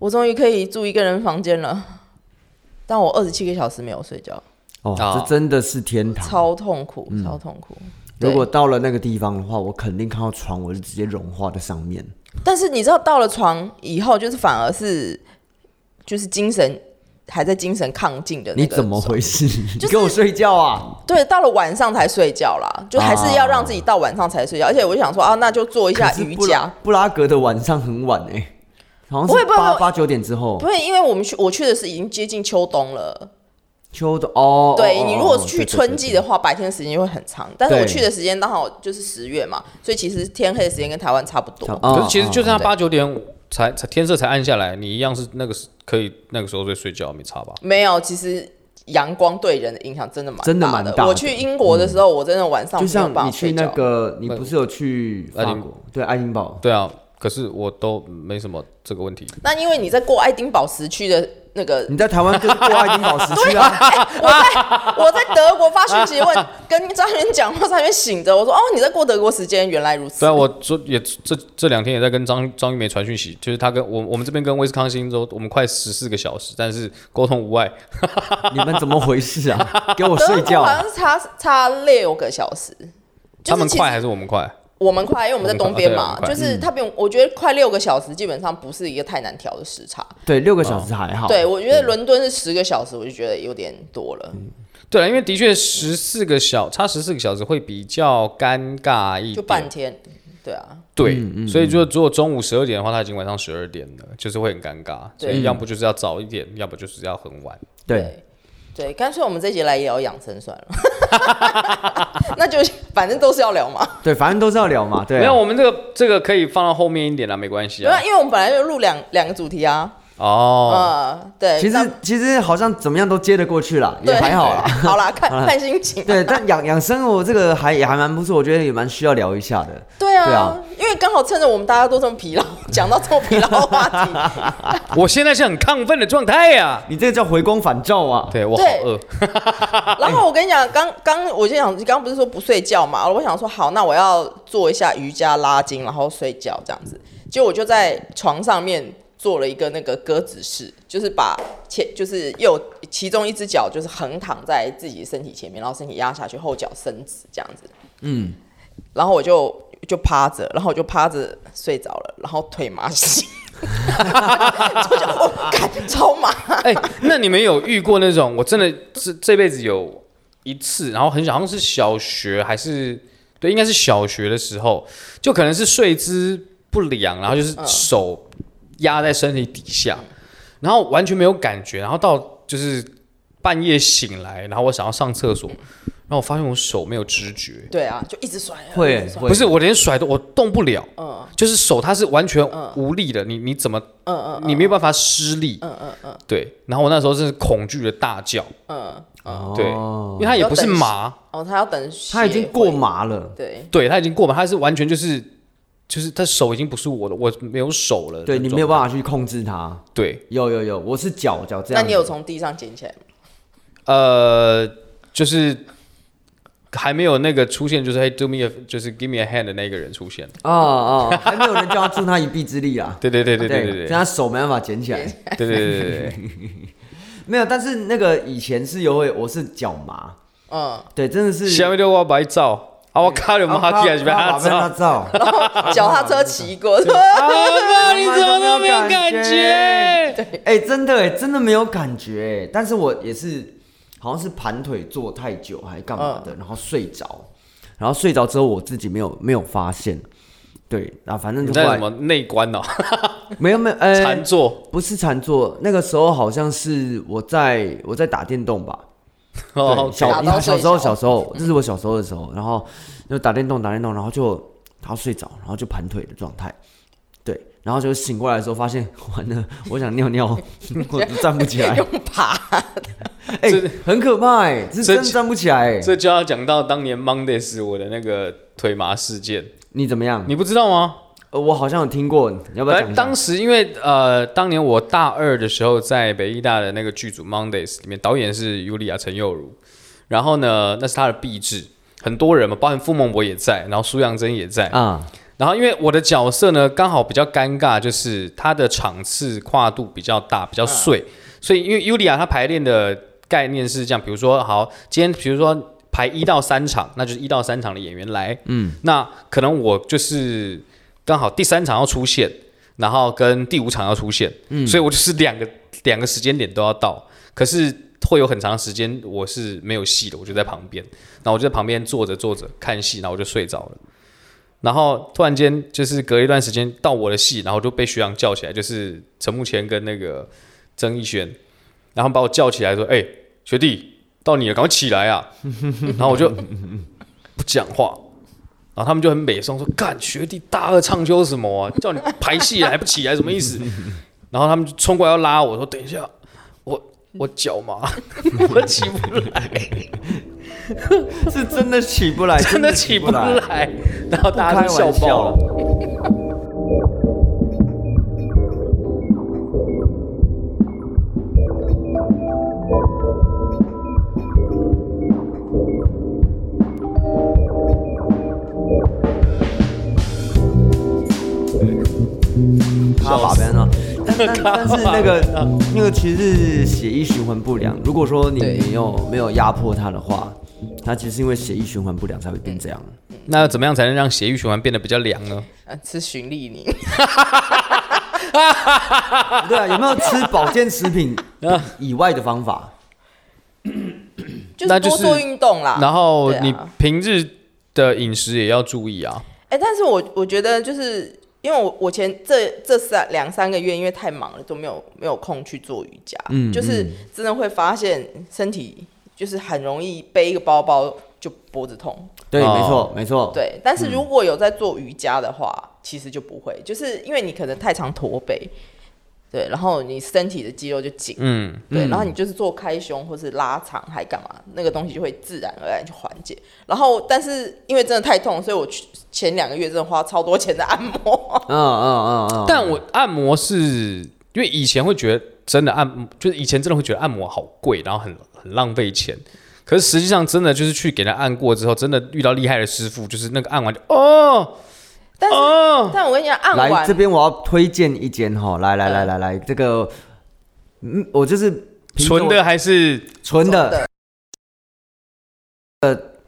Speaker 4: 我终于可以住一个人房间了，但我二十七个小时没有睡觉，
Speaker 5: 哦，
Speaker 6: 啊
Speaker 5: 这真的是天堂。
Speaker 4: 超痛苦，超痛苦。
Speaker 5: 如
Speaker 4: 对
Speaker 5: 果到了那个地方的话，我肯定看到床，我就直接融化在上面。
Speaker 4: 但是你知道，到了床以后，就是反而是就是精神还在精神亢进的
Speaker 5: 你
Speaker 4: 那个。
Speaker 5: 怎么回事？
Speaker 4: 就
Speaker 5: 你
Speaker 4: 是
Speaker 5: 给我睡觉啊！
Speaker 4: 对，到了晚上才睡觉啦，就还是要让自己到晚上才睡觉。而且我就想说啊，那就做一下
Speaker 5: 哦可是哦
Speaker 4: 瑜
Speaker 5: 布拉
Speaker 4: 伽。
Speaker 5: 布拉格的晚上很晚哎、好
Speaker 4: 不
Speaker 5: 像
Speaker 4: 会
Speaker 5: 是
Speaker 4: 不会
Speaker 5: 八
Speaker 4: 不会
Speaker 5: 八九点之后
Speaker 4: 不。会，因为我们去我去的是已经接近秋冬了。
Speaker 5: 秋的哦，
Speaker 4: 对
Speaker 5: 哦
Speaker 4: 你
Speaker 5: 哦
Speaker 4: 如果
Speaker 5: 哦
Speaker 4: 去
Speaker 5: 对对
Speaker 4: 春季的
Speaker 5: 对
Speaker 4: 话，白天的时间就会很长。但是我
Speaker 5: 对
Speaker 4: 去的时间刚好就是十月嘛，所以其实天黑的时间跟台湾差不多
Speaker 5: 对。
Speaker 6: 可
Speaker 5: 哦
Speaker 6: 是其实就算
Speaker 5: 哦
Speaker 6: 他
Speaker 4: 嗯
Speaker 6: 八九点才才天色才暗下来，你一样是那个时可以那个时候在睡觉，没差吧？
Speaker 4: 没有，其实阳光对人的影响真的蛮
Speaker 5: 真的
Speaker 4: 大
Speaker 5: 蛮
Speaker 4: 的。
Speaker 5: 大的嗯
Speaker 4: 我去英国的时候，我真的晚上
Speaker 5: 就
Speaker 4: 没有
Speaker 5: 像
Speaker 4: 办法
Speaker 5: 你去
Speaker 4: 睡
Speaker 5: 那
Speaker 4: 觉。
Speaker 5: 个，你不是有去
Speaker 6: 爱
Speaker 5: 法
Speaker 6: 丁
Speaker 5: 国？对，爱丁堡。
Speaker 6: 对啊，可是我都没什么这个问题。
Speaker 4: 那因为你在过爱丁堡时区的那个
Speaker 5: 你在台湾就是过爱丁堡时区啊？
Speaker 4: 我
Speaker 6: 啊
Speaker 4: 在我在德国发讯息问，跟张元讲话，张元醒着，我说哦你在过德国时间，原来如此
Speaker 6: 对啊，。我昨也这这两天也在跟张张玉梅传讯息，就是她跟我我们这边跟威斯康星州，我们快十四个小时，但是沟通无碍。
Speaker 5: 你们怎么回事啊？给我
Speaker 4: 德
Speaker 5: 睡
Speaker 4: 国
Speaker 5: 觉
Speaker 4: 好
Speaker 5: 啊、
Speaker 4: 像是差差六个小时，
Speaker 6: 他们
Speaker 4: 其实
Speaker 6: 快还是我们快？
Speaker 4: 我们快，因为我们在东边嘛
Speaker 6: 我们，快嗯
Speaker 4: 就
Speaker 6: 对
Speaker 4: 是他比我我觉得快六个小时，基本上不是一个太难调的时差。
Speaker 5: 对，六个小时还好。
Speaker 4: 对，我觉得伦敦是十个小时，我就觉得有点多了，
Speaker 6: 对啊，因为的确十四个小差十四个小时会比较尴尬一点，
Speaker 4: 就半天。对啊，
Speaker 5: 嗯
Speaker 6: 对，所以就如果中午十二点的话，他已经晚上十二点了，就是会很尴尬。所以
Speaker 4: 对
Speaker 6: 要不就是要早一点，要不就是要很晚。
Speaker 5: 对，
Speaker 4: 对，干脆我们这节来聊养生算了， 那就反正都是要聊嘛。
Speaker 5: 对，反正都是要聊嘛。对啊，
Speaker 6: 没有，我们这个这个可以放到后面一点啦，没关系
Speaker 4: 对
Speaker 6: 啊
Speaker 4: 啊，。因为我们本来就录两两个主题啊，
Speaker 6: 哦，
Speaker 4: 嗯，对。
Speaker 5: 其
Speaker 4: 那
Speaker 5: 实其实好像怎么样都接得过去啦，也
Speaker 4: 对，
Speaker 5: 还好啦。
Speaker 4: 好啦， 看看心情。
Speaker 5: 对，但养养生活这个还也还蛮不错，我觉得也蛮需要聊一下的。
Speaker 4: 对啊，
Speaker 5: 对啊
Speaker 4: 因为刚好趁着我们大家都这么疲劳，讲到这么疲劳的话题，
Speaker 6: 我现在是很亢奋的状态呀。
Speaker 5: 你这个叫回光返照啊！
Speaker 6: 对我好
Speaker 4: 对
Speaker 6: 饿，
Speaker 4: 然后我跟你讲，刚刚我就想，你刚刚不是说不睡觉嘛？我想说好，那我要做一下瑜伽拉筋，然后睡觉这样子。结果我就在床上面做了一个那个鸽子式，就是把前就是右其中一只脚就是横躺在自己身体前面，然后身体压下去，后脚伸直这样子。嗯，然后我就就趴着，然后我就趴着睡着了，然后腿麻醒。我 就哦，干超麻，
Speaker 6: 哎，那你们有遇过那种我真的这这辈子有一次，然后很小，好像是小学还是对，应该是小学的时候，就可能是睡姿不良，然后就是手压在身体底下，然后完全没有感觉，然后到就是半夜醒来，然后我想要上厕所，然后我发现我手没有知觉，
Speaker 4: 对啊，就一直甩，
Speaker 5: 会
Speaker 4: 一直甩
Speaker 5: 会
Speaker 6: 不是我连甩都我动不了，
Speaker 4: 嗯
Speaker 6: 就是手它是完全无力的，你你怎么
Speaker 4: 嗯嗯
Speaker 6: 你没有办法施力，
Speaker 4: 嗯嗯嗯
Speaker 6: 对，然后我那时候真是恐惧的大叫，
Speaker 4: 嗯嗯，
Speaker 5: 哦
Speaker 6: 对，因为它也不是麻，
Speaker 4: 哦，他要等，
Speaker 5: 他已经过，麻了。
Speaker 4: 对，
Speaker 6: 对，它已经过麻，它是完全就是就是他手已经不是我的，我没有手了，
Speaker 5: 对你没有办法去控制它。
Speaker 6: 法，对，
Speaker 5: 有有有，我是脚脚这
Speaker 4: 那
Speaker 5: 样。
Speaker 4: 你有？从地上捡起来吗？
Speaker 6: 呃，就是还没有那个出现，就是 Hey do me a 就是 give me a hand 的那个人出现，。
Speaker 5: 啊啊，还没有人叫他助他一臂之力啊
Speaker 6: 对对对对对对对
Speaker 5: 所以他手没办法捡起来。
Speaker 6: 对对对对对，
Speaker 5: 没有，但是那个以前是有会，我是脚麻。
Speaker 4: 嗯，
Speaker 5: 对，真的是。
Speaker 6: 下面就我白照，啊，我靠，你妈
Speaker 5: 啊
Speaker 6: 起来就被他
Speaker 5: 被
Speaker 6: 照，
Speaker 5: 他照。
Speaker 4: 然后脚踏车骑 过，
Speaker 6: 啊， 妈，你怎么都没有感觉？
Speaker 5: 哎、真的哎、真的没有感觉哎、但是我也是，好像是盘腿坐太久还干嘛
Speaker 6: 嗯
Speaker 5: 的，然后睡着，然后睡着之后我自己没有没有发现，对，啊，反正
Speaker 6: 你
Speaker 5: 就
Speaker 6: 在
Speaker 5: 后
Speaker 6: 什
Speaker 5: 来
Speaker 6: 么内观哦，
Speaker 5: 没有没有，呃、
Speaker 6: 禅坐
Speaker 5: 不是禅坐，那个时候好像是我在我在打电动吧，
Speaker 6: 哦，
Speaker 5: 小
Speaker 4: 打到
Speaker 5: 小嗯
Speaker 4: 睡
Speaker 5: 时候
Speaker 4: 着
Speaker 5: 小时候，这是我小时候的时候，然后就打电动打电动，然后就他睡着，然后就盘腿的状态，对，然后就醒过来的时候发现 完了，我想尿 尿，我站不起来，
Speaker 4: 用爬，
Speaker 5: 哎、
Speaker 6: 这
Speaker 5: 很可怕哎、这
Speaker 6: 这
Speaker 5: 真的站不起来、欸。
Speaker 6: 这就要讲到当年 Mondays 我的那个腿麻事件，
Speaker 5: 你怎么样？
Speaker 6: 你不知道吗？
Speaker 5: 呃我好像有听过，你嗯要不要
Speaker 6: 反
Speaker 5: 讲
Speaker 6: 正
Speaker 5: 一下
Speaker 6: 当？时因为呃，当年我大二的时候，在北医大的那个剧组 Mondays 里面，导演是尤利亚陈佑如，然后呢，那是他的壁纸，很多人嘛，包含傅孟博也在，然后苏阳珍也在，
Speaker 5: 啊，
Speaker 6: 然后因为我的角色呢，刚好比较尴尬，就是它的场次跨度比较大，比较碎，所以因为尤利亚她排练的概念是这样，比如说好，今天比如说。排一到三场，那就是一到三场的演员来。嗯，那可能我就是刚好第三场要出现，然后跟第五场要出现，嗯，所以我就是两个两个时间点都要到，可是会有很长时间我是没有戏的，我就在旁边，然后我就在旁边坐着坐着看戏，然后我就睡着了。然后突然间就是隔一段时间到我的戏，然后就被学长叫起来，就是陈木谦跟那个曾逸轩，然后把我叫起来说：“哎、学弟，到你了，赶快起来 啊！”然后我就不讲话，然后他们就很美颂说：“干，学弟大二唱秋什么啊？叫你排戏还不起来，什么意思？” 然后他们就冲过来要拉我说：“等一下，我我脚麻， 我起不来。”
Speaker 5: 是 真的起不来，
Speaker 6: 哎真的起不
Speaker 5: 来。
Speaker 6: 来，然后大家
Speaker 5: 开
Speaker 6: 都笑
Speaker 5: 玩
Speaker 6: 爆
Speaker 5: 笑
Speaker 6: 了。，
Speaker 5: 他把边啊。但但但是那个那个其实是血液循环不良。如果说你
Speaker 4: 对
Speaker 5: 没有没有压迫它的话，它其实因为血液循环不良才会变这样。
Speaker 6: 那要怎么样才能让血液循环变得比较凉呢？
Speaker 4: 呃吃循 例你
Speaker 5: 对啊，有没有吃保健食品以外的方法？
Speaker 4: 就
Speaker 6: 那
Speaker 4: 是
Speaker 6: 就
Speaker 4: 多
Speaker 6: 是
Speaker 4: 做运动啦。
Speaker 6: 然后
Speaker 4: 对啊
Speaker 6: 你平日的饮食也要注意啊。
Speaker 4: 哎、但是我我觉得就是因为我我前这这三两三个月因为太忙了都没有没有空去做瑜伽，
Speaker 5: 嗯
Speaker 4: 就是真的会发现身体就是很容易背一个包包就脖子痛，
Speaker 5: 对，
Speaker 6: 哦
Speaker 5: 没错没错。
Speaker 4: 对。但是如果有在做瑜伽的话，其实就不会，就是因为你可能太常驼背，对，然后你身体的肌肉就紧，
Speaker 6: 嗯，
Speaker 4: 对，然后你就是做开胸或是拉长还干嘛，那个东西就会自然而然去缓解。然后，但是因为真的太痛，所以我去前两个月真的花超多钱在按摩。
Speaker 5: 嗯嗯嗯嗯。
Speaker 6: 但我按摩是因为以前会觉得真的按，就是以前真的会觉得按摩好贵，然后很很浪费钱。可是实际上真的就是去给他按过之后，真的遇到厉害的师傅，就是那个按完就哦
Speaker 4: 但是，
Speaker 6: 哦，
Speaker 4: 但我跟你讲，按
Speaker 5: 来
Speaker 4: 完
Speaker 5: 这边我要推荐一间哈，来来来来来，这个，嗯，我就是凭着我
Speaker 6: 纯的还是
Speaker 5: 纯
Speaker 4: 真
Speaker 5: 的，，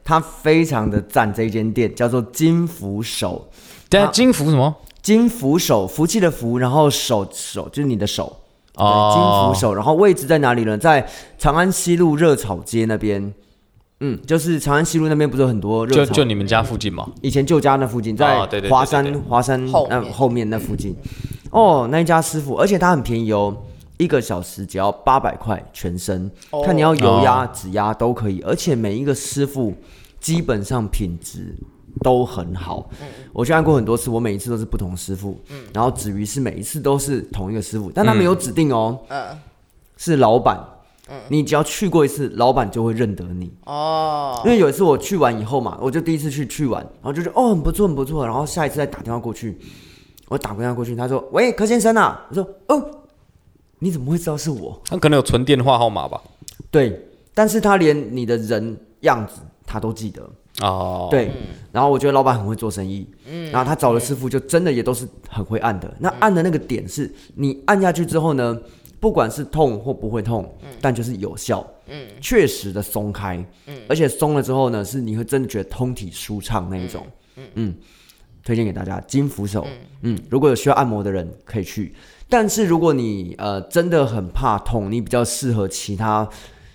Speaker 5: 它非常的赞，这一间店叫做金福手。
Speaker 6: 等下
Speaker 5: 啊
Speaker 6: 金福什么？
Speaker 5: 金福手，福气的福，然后手手就是你的手，对，
Speaker 6: 哦
Speaker 5: 金福手，然后位置在哪里呢？在长安西路热炒街那边，嗯，就是长安西路那边不是有很多热
Speaker 6: 就
Speaker 5: 炒，
Speaker 6: 就你们家附近
Speaker 4: 嗯
Speaker 6: 嘛？
Speaker 5: 以前旧家那附近，在
Speaker 6: 哦对对对
Speaker 5: 华
Speaker 6: 对对
Speaker 5: 山华山
Speaker 4: 后面
Speaker 5: 那后面那附近，哦，那一家师傅，而且它很便宜哦。一个小时只要八百块，全身、
Speaker 4: 哦
Speaker 5: 看你要油压、
Speaker 6: 哦
Speaker 5: 指压都可以，而且每一个师傅基本上品质都很好。
Speaker 4: 嗯
Speaker 5: 我去按过很多次，我每一次都是不同师傅，然后子瑜是每一次都是同一个师傅，但他没有指定哦，
Speaker 4: 嗯，
Speaker 5: 是老板。你只要去过一次，老板就会认得你。
Speaker 4: 哦，
Speaker 5: 因为有一次我去完以后嘛，我就第一次去去完，然后就觉得哦很不错很不错，然后下一次再打电话过去，我打过电话过去，他说喂柯先生啊，我说哦你怎么会知道是我？
Speaker 6: 他可能有存电话号码吧？
Speaker 5: 对，但是他连你的人样子他都记得，
Speaker 6: 哦，
Speaker 5: 对，然后我觉得老板很会做生意，嗯，然后他找的师傅就真的也都是很会按的。那按的那个点是你按下去之后呢，不管是痛或不会痛，但就是有效，嗯，确实的松开，嗯，而且松了之后呢，是你会真的觉得通体舒畅那一种，嗯，推荐给大家金扶手，嗯，如果有需要按摩的人可以去。但是如果你呃真的很怕痛，你比较适合其他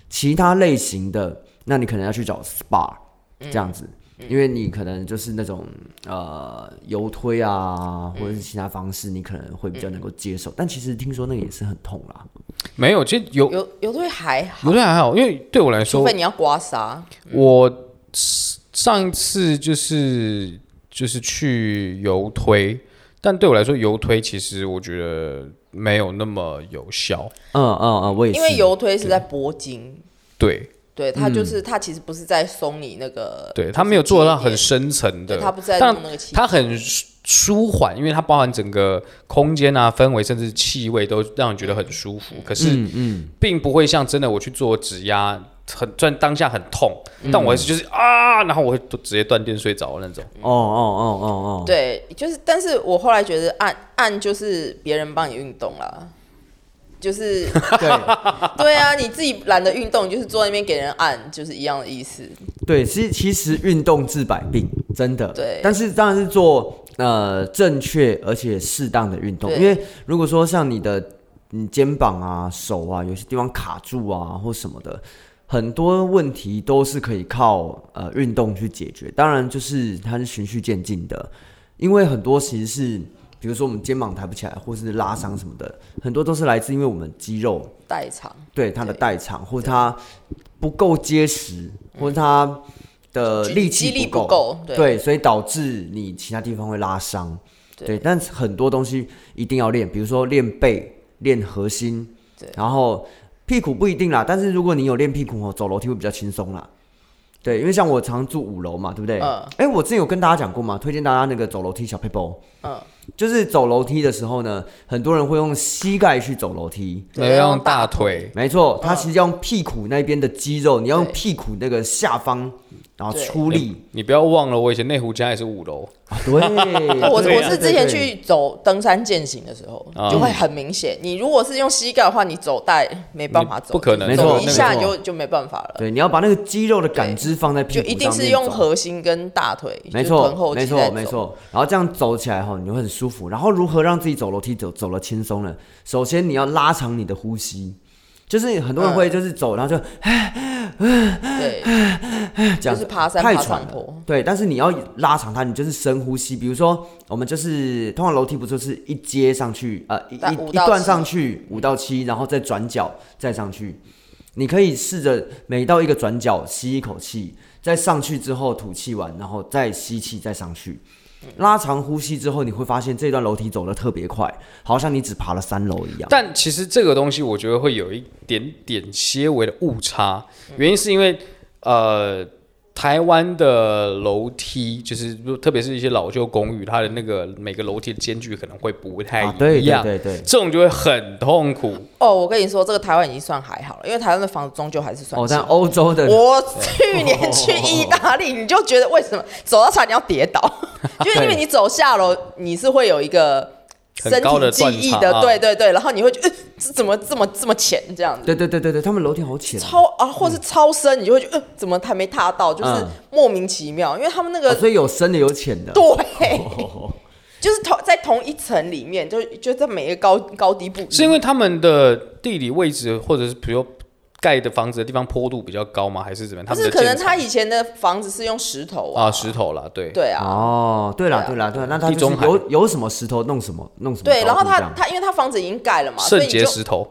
Speaker 5: 其他类型的，那你可能要去找 SPA 这样子，因为你可能就是那种呃油推啊，或者是其他方式，你可能会比较能够接受。但其实听说那个也是很痛啦，
Speaker 6: 没有，其实有
Speaker 4: 有有对还好，
Speaker 6: 不是还好，因为对我来
Speaker 4: 除
Speaker 6: 说
Speaker 4: 非，你要刮痧，
Speaker 6: 我上一次就是就是去游推，但对我来说，游推其实我觉得没有那么有效。
Speaker 5: 嗯嗯嗯，我也是，
Speaker 4: 因为油推是在拨筋，
Speaker 6: 对
Speaker 4: 对，它就是它其实不是在松你那个，
Speaker 6: 嗯对，他没有做到很
Speaker 4: 呃就是
Speaker 6: 深层
Speaker 4: 节
Speaker 6: 的，
Speaker 4: 点，对，它不是在
Speaker 6: 但
Speaker 4: 弄那个气，
Speaker 6: 它很舒舒缓，因为它包含整个空间啊、氛围，甚至气味都让你觉得很舒服。可是，并不会像真的我去做指压，很虽然当下很痛，
Speaker 4: 嗯
Speaker 6: 但我还是就是啊，然后我会直接断电睡着那种。
Speaker 5: 哦哦哦哦哦，
Speaker 4: 对，就是，但是我后来觉得按按就是别人帮你运动啦，就是
Speaker 5: 对
Speaker 4: 对啊，你自己懒得运动，你就是坐在那边给人按，就是一样的意思。
Speaker 5: 对，其实其实运动治百病，真的。
Speaker 4: 对
Speaker 5: 但是当然是做呃正确而且适当的运动，
Speaker 4: 对
Speaker 5: 因为如果说像你的你肩膀啊、手啊，有些地方卡住啊或什么的，很多问题都是可以靠呃运动去解决。当然，就是它是循序渐进的，因为很多其实是。比如说我们肩膀抬不起来，或是拉伤什么的，很多都是来自因为我们肌肉
Speaker 4: 代偿，
Speaker 5: 对它的
Speaker 4: 对
Speaker 5: 代偿，或者它不够结实，或者它的
Speaker 4: 肌
Speaker 5: 呃力
Speaker 4: 肌
Speaker 5: 气
Speaker 4: 力
Speaker 5: 够，
Speaker 4: 不够对
Speaker 5: 对，所以导致你其他地方会拉伤。
Speaker 4: 对
Speaker 5: 对，但是很多东西一定要练，比如说练背、练核心，
Speaker 4: 对
Speaker 5: 然后屁股不一定啦，但是如果你有练屁股哦，走楼梯会比较轻松啦。对，因为像我常住五楼嘛，对不对？
Speaker 4: 嗯
Speaker 5: 哎、我之前有跟大家讲过嘛，推荐大家那个走楼梯小 paper，
Speaker 4: 嗯，
Speaker 5: 就是走楼梯的时候呢，很多人会用膝盖去走楼梯，
Speaker 4: 对
Speaker 6: 要用大腿，
Speaker 5: 没错，它其实要用屁股那边的肌肉，你要用
Speaker 4: 嗯对
Speaker 5: 屁股那个下方，然后
Speaker 4: 对啊
Speaker 5: 出力。
Speaker 6: 你不要忘了，我以前内湖家也是五楼，
Speaker 5: 对，
Speaker 4: 我
Speaker 5: 啊对
Speaker 4: 我是之前，去走登山健行的时候，
Speaker 6: 啊
Speaker 4: 就会很明显。你如果是用膝盖的话，你走带没办法
Speaker 6: 你
Speaker 4: 走，
Speaker 6: 不可能
Speaker 4: 你
Speaker 5: 没错
Speaker 4: 走一下
Speaker 5: 没
Speaker 4: 你
Speaker 5: 错
Speaker 4: 就就没办法了。
Speaker 5: 对对，你要把那个肌肉的感知放在屁
Speaker 4: 就
Speaker 5: 股
Speaker 4: 一定
Speaker 5: 上面
Speaker 4: 是用
Speaker 5: 走
Speaker 4: 核心跟大腿，
Speaker 5: 没
Speaker 4: 就是臀
Speaker 5: 错，
Speaker 4: 后
Speaker 5: 没
Speaker 4: 肌
Speaker 5: 错，
Speaker 4: 在
Speaker 5: 没
Speaker 4: 走。
Speaker 5: 错。然后这样走起来后，你会很舒服。然后如何让自己走楼梯走走了轻松呢？首先你要拉长你的呼吸，就是很多人
Speaker 4: 嗯
Speaker 5: 会就是走，然后就
Speaker 4: 对，
Speaker 5: 这
Speaker 4: 就
Speaker 5: 样
Speaker 4: 是爬山
Speaker 5: 太
Speaker 4: 爬
Speaker 5: 喘
Speaker 4: 上坡
Speaker 5: 了。对，但是你要拉长它，你就是深呼吸。比如说，我们就是通常楼梯不就是一阶上去，呃，一
Speaker 4: 大
Speaker 5: 一
Speaker 4: 五
Speaker 5: 一
Speaker 4: 到
Speaker 5: 段
Speaker 4: 七
Speaker 5: 上去五到七，然后再转角再上去。你可以试着每到一个转角吸一口气，再上去之后吐气完，然后再吸气再上去。拉长呼吸之后，你会发现这段楼梯走得特别快，好像你只爬了三楼一样。
Speaker 6: 但其实这个东西我觉得会有一点点些微的误差，原因是因为呃，台湾的楼梯就是特别是一些老旧公寓，它的那个每个楼梯的间距可能会不太
Speaker 5: 啊，
Speaker 4: 哎
Speaker 5: 对
Speaker 6: 一
Speaker 5: 对
Speaker 6: 样，
Speaker 5: 对对，
Speaker 6: 这种就会很痛苦。
Speaker 4: 哦，我跟你说，这个台湾已经算还好了，因为台湾的房子终究还是算
Speaker 5: 哦，
Speaker 4: 新
Speaker 5: 但欧洲的
Speaker 4: 我去年去意大利，你就觉得为什么走到差点要跌倒？就是因为你走下楼，你是会有一个
Speaker 6: 很
Speaker 4: 身
Speaker 6: 高
Speaker 4: 体
Speaker 6: 的
Speaker 4: 记忆
Speaker 6: 断
Speaker 4: 的，
Speaker 6: 层啊
Speaker 4: 对对对，然后你会觉得、呃、这怎么这么这么浅这样子？
Speaker 5: 对对对对对，他们楼梯好浅哦、
Speaker 4: 超啊，或是超深，你就会觉得、呃、怎么还没踏到，就是
Speaker 5: 嗯
Speaker 4: 莫名其妙，因为他们那个、
Speaker 5: 哦所以有深的有浅的。
Speaker 4: 对， 就是同在同一层里面，就就在每一个高高低不一，
Speaker 6: 是因为他们的地理位置，或者是比如盖的房子的地方坡度比较高吗？还是怎么样？他
Speaker 4: 不
Speaker 6: 们
Speaker 4: 是
Speaker 6: 的
Speaker 4: 可能
Speaker 6: 建材
Speaker 4: 他以前的房子是用石头啊，
Speaker 6: 啊石头啦，对，
Speaker 4: 对啊，
Speaker 5: 哦，对了，
Speaker 4: 对
Speaker 5: 对了，对啦，那他
Speaker 6: 地
Speaker 5: 就是
Speaker 6: 中海
Speaker 5: 有有什么石头弄什么弄什么高度这
Speaker 6: 哦
Speaker 4: 对，
Speaker 5: 样，
Speaker 4: 然后他他因为他房子已经盖了嘛，所以
Speaker 6: 圣
Speaker 4: 你就
Speaker 6: 洁石头。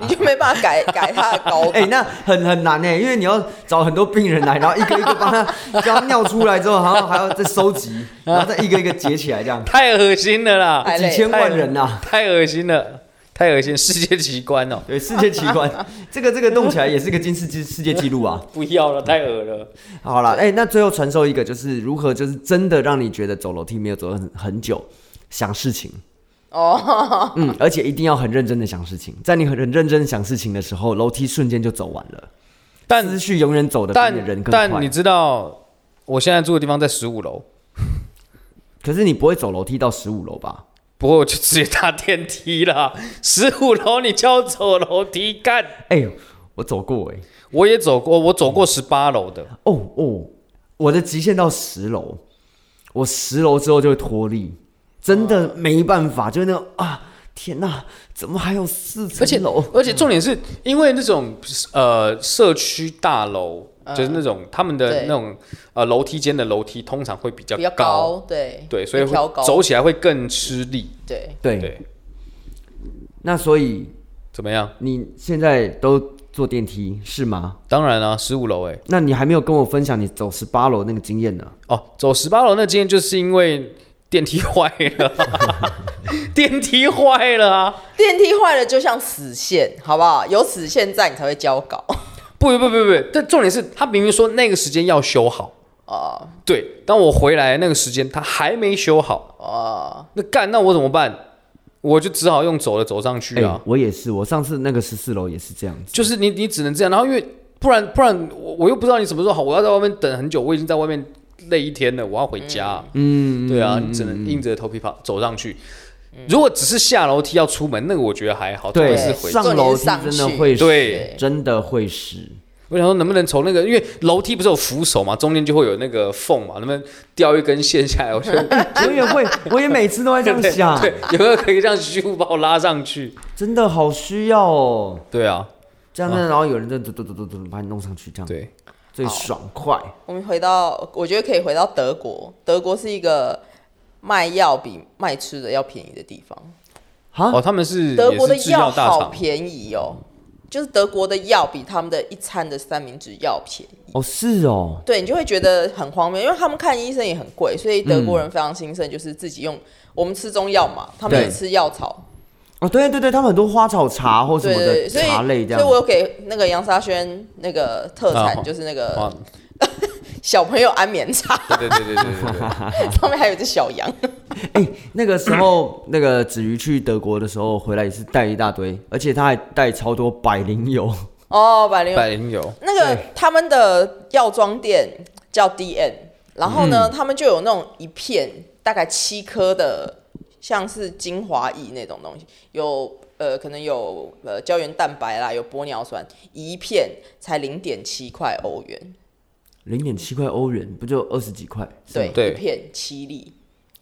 Speaker 4: 你就没办法 改改它的高度。
Speaker 5: 哎、那很很难哎，因为你要找很多病人来，然后一个一个 帮他，叫他尿出来之后，然后还要再收集，然后再一个一个结起来，这样
Speaker 6: 太恶心了啦！
Speaker 4: 太累
Speaker 5: 几
Speaker 4: 了
Speaker 5: 千万人呐、啊。
Speaker 6: 太恶心了，太恶心！世界奇观哦，
Speaker 5: 对，世界奇观， 这个这个弄起来也是个金世纪世界纪录啊！
Speaker 6: 不要了，太恶了。
Speaker 5: 好啦，哎、那最后传授一个，就是如何就是真的让你觉得走楼梯没有走得很很久，想事情。
Speaker 4: 哦，
Speaker 5: 嗯，而且一定要很认真的想事情，在你很很认真地想事情的时候，楼梯瞬间就走完了，
Speaker 6: 但
Speaker 5: 思绪永远走得比你的人
Speaker 6: 但
Speaker 5: 更快。
Speaker 6: 但你知道，我现在住的地方在十五楼，
Speaker 5: 可是你不会走楼梯到十五楼吧？
Speaker 6: 不过我就直接搭电梯啦。 十五楼你叫我走楼梯干？
Speaker 5: 哎、呦，我走过哎、
Speaker 6: 我也走过，我走过十八楼的。
Speaker 5: 哦哦，我的极限到十楼，我十楼之后就会脱力，真的没办法，就是那种啊，天哪，怎么还有四
Speaker 6: 而且
Speaker 5: 层楼？
Speaker 6: 而且重点是因为那种呃社区大楼，就是那种他们的
Speaker 4: 嗯对
Speaker 6: 那种呃楼梯间的楼梯，通常会比较
Speaker 4: 比较高，对
Speaker 6: 对，所以
Speaker 4: 会挑高
Speaker 6: 会走起来会更吃力。
Speaker 4: 对，
Speaker 5: 对，
Speaker 6: 对，
Speaker 5: 那所以
Speaker 6: 怎么样？
Speaker 5: 你现在都坐电梯是吗？
Speaker 6: 当然啊，十五楼哎，
Speaker 5: 那你还没有跟我分享你走十八楼那个经验呢？
Speaker 6: 哦，走十八楼那今天就是因为电梯坏了，电梯坏了啊！
Speaker 4: 电梯坏了就像死线，好不好？有死线在你才会交稿
Speaker 6: 不不不不不，但重点是他明明说那个时间要修好，
Speaker 4: 哦
Speaker 6: 对，当我回来那个时间他还没修好，
Speaker 4: 哦，
Speaker 6: 那干那我怎么办？我就只好用走的走上去
Speaker 5: 哎、
Speaker 6: 啊，
Speaker 5: 我也是，我上次那个十四楼也是这样子。
Speaker 6: 就是你你只能这样，然后因为不然不然我我又不知道你什么时候好，我要在外面等很久，我已经在外面累一天了，我要回家啊、
Speaker 5: 嗯
Speaker 6: 对啊，你只能硬着头皮跑走上去。如果只是下楼梯要出门，那个我觉得还好，特
Speaker 5: 对，
Speaker 6: 别
Speaker 4: 对
Speaker 6: 是回家。
Speaker 5: 上楼梯真的会
Speaker 6: 重点是
Speaker 5: 死，真的会死。
Speaker 6: 我想说能不能从那个，因为楼梯不是有扶手嘛，中间就会有那个缝嘛，能不能掉一根线下来？我觉 得
Speaker 5: 我也会，我也每次都会这样想，
Speaker 6: 对，有没有可以让徐把我拉上去？
Speaker 5: 真的好需要哦。
Speaker 6: 对啊，
Speaker 5: 这样，然后有人就嘟嘟嘟嘟嘟把你弄上去，这样
Speaker 6: 对，
Speaker 5: 最爽快。
Speaker 4: 我们回到，我觉得可以回到德国。德国是一个卖药比卖吃的要便宜的地方。
Speaker 5: 啊
Speaker 6: 哦，他们是
Speaker 4: 德国的
Speaker 6: 也是制
Speaker 4: 药
Speaker 6: 药大
Speaker 4: 好
Speaker 6: 厂，
Speaker 4: 便宜哦，就是德国的药比他们的一餐的三明治要便宜。
Speaker 5: 哦，是哦，
Speaker 4: 对你就会觉得很荒谬，因为他们看医生也很贵，所以德国人非常兴盛，就是自己用。我们吃中药嘛，他们
Speaker 5: 嗯对
Speaker 4: 也吃药草，
Speaker 5: 哦，对对对，他们很多花草茶或什
Speaker 4: 对
Speaker 5: 么
Speaker 4: 对
Speaker 5: 的
Speaker 4: 对，所以
Speaker 5: 茶类这
Speaker 4: 所以我
Speaker 5: 样。
Speaker 4: 有给那个杨沙轩那个特产，
Speaker 6: 啊
Speaker 4: 就是那
Speaker 6: 哇
Speaker 4: 个，小朋友安眠茶，
Speaker 5: 啊
Speaker 6: 对对对对对对对，
Speaker 4: 上面还有一只小羊。
Speaker 5: 哎，那个时候 那个子瑜去德国的时候回来也是带一大堆，而且他还带超多百灵油。
Speaker 4: 哦，百灵
Speaker 6: 百灵油，
Speaker 4: 那个他们的药妆店叫 DN，然后呢，他们就有那种一片大概七颗的，像是精华液那种东西，有呃可能有呃胶原蛋白啦，有玻尿酸，一片才零点七块欧元，
Speaker 5: 零点七块欧元，不就二十几块？是吗
Speaker 4: 对，
Speaker 6: 对
Speaker 4: 一片七粒，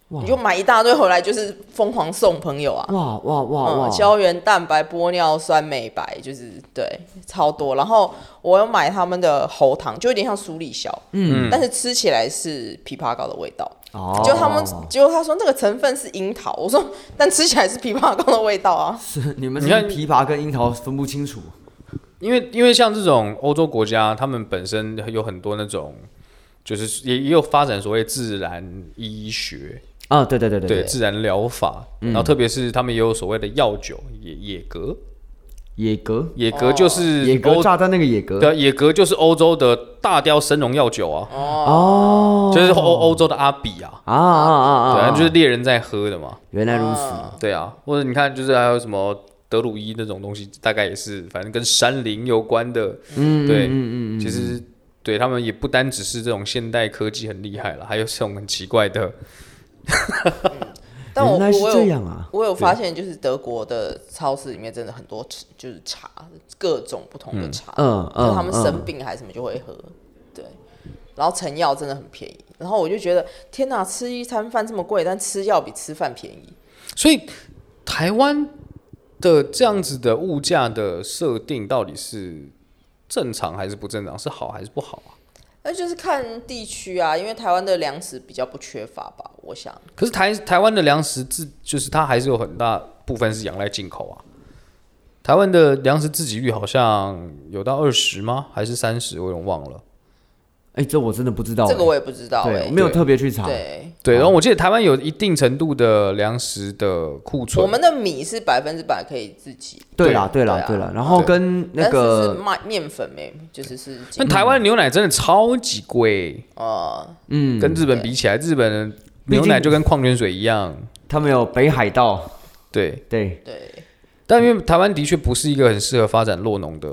Speaker 5: 哇
Speaker 4: 你就买一大堆回来，就是疯狂送朋友啊。
Speaker 5: 哇哇哇哇！
Speaker 4: 嗯，胶原蛋白、玻尿酸、美白，就是对，超多。然后我有买他们的喉糖，就有点像苏力小，嗯，但是吃起来是枇杷膏的味道。
Speaker 5: 哦
Speaker 4: 就他们，结果他说那个成分是樱桃，我说但吃起来是枇杷膏的味道啊。
Speaker 5: 是你们是
Speaker 6: 你看
Speaker 5: 枇杷跟樱桃分不清楚。
Speaker 6: 因为因为像这种欧洲国家，他们本身有很多那种，就是也也有发展所谓自然医学，
Speaker 5: 啊，对对对对嗯
Speaker 6: 对自然疗法，然后特别是他们也有所谓的药酒野野格，
Speaker 5: 野格，
Speaker 6: 野格就是
Speaker 5: 野格
Speaker 6: 欧
Speaker 5: 炸弹那个野格，
Speaker 6: 对啊野格就是欧洲的大雕神农药酒啊，
Speaker 5: 哦，
Speaker 6: 就是欧欧洲的阿比啊，
Speaker 5: 啊啊啊啊，
Speaker 6: 对啊，就是是猎人在喝的嘛，
Speaker 5: 原来如此，
Speaker 6: 对啊，或者你看就是还有什么德鲁伊那种东西，大概也是反正跟山林有关的，
Speaker 5: 嗯，
Speaker 6: 对
Speaker 5: 嗯嗯嗯嗯，
Speaker 6: 其实对他们也不单只是这种现代科技很厉害了，还有这种很奇怪的，
Speaker 4: 但我
Speaker 5: 原来是
Speaker 4: 我
Speaker 5: 这
Speaker 4: 有
Speaker 5: 样啊，
Speaker 4: 我有发现，就是德国的超市里面真的很多吃就是茶，各种不同的茶，
Speaker 5: 嗯
Speaker 4: 就
Speaker 5: 嗯，
Speaker 4: 他们
Speaker 5: 嗯
Speaker 4: 生病还是什么就会喝，对。然后成药真的很便宜，然后我就觉得天哪，吃一餐饭这么贵，但吃药比吃饭便宜。
Speaker 6: 所以台湾的这样子的物价的设定到底是正常还是不正常？是好还是不好啊？
Speaker 4: 那就是看地区啊，因为台湾的粮食比较不缺乏吧，我想。
Speaker 6: 可是台台湾的粮食自就是它还是有很大部分是仰赖进口啊。台湾的粮食自给率好像有到二十吗？还是三十？我有点忘了。
Speaker 5: 哎，这我真的不知道，
Speaker 4: 这个我也不知道哎、
Speaker 5: 对，我没有特别去查，
Speaker 4: 对，
Speaker 6: 对，
Speaker 5: 哦
Speaker 6: 然后我记得台湾有一定程度的粮食的库存。
Speaker 4: 我们的米是百分之百可以自己，
Speaker 5: 对啦对啦
Speaker 4: 对啊
Speaker 5: 对啦，然后
Speaker 6: 对
Speaker 5: 跟那
Speaker 4: 但是是
Speaker 5: 个
Speaker 4: 麦面粉没，就是是进
Speaker 6: 那台湾牛奶真的超级贵，
Speaker 4: 哦，
Speaker 5: 嗯，
Speaker 6: 跟日本比起来，日本的
Speaker 5: 毕竟
Speaker 6: 牛奶就跟矿泉水一样。
Speaker 5: 他们有北海道，
Speaker 6: 对，
Speaker 5: 对，
Speaker 4: 对，
Speaker 6: 但因为台湾的确不是一个很适合发展落农的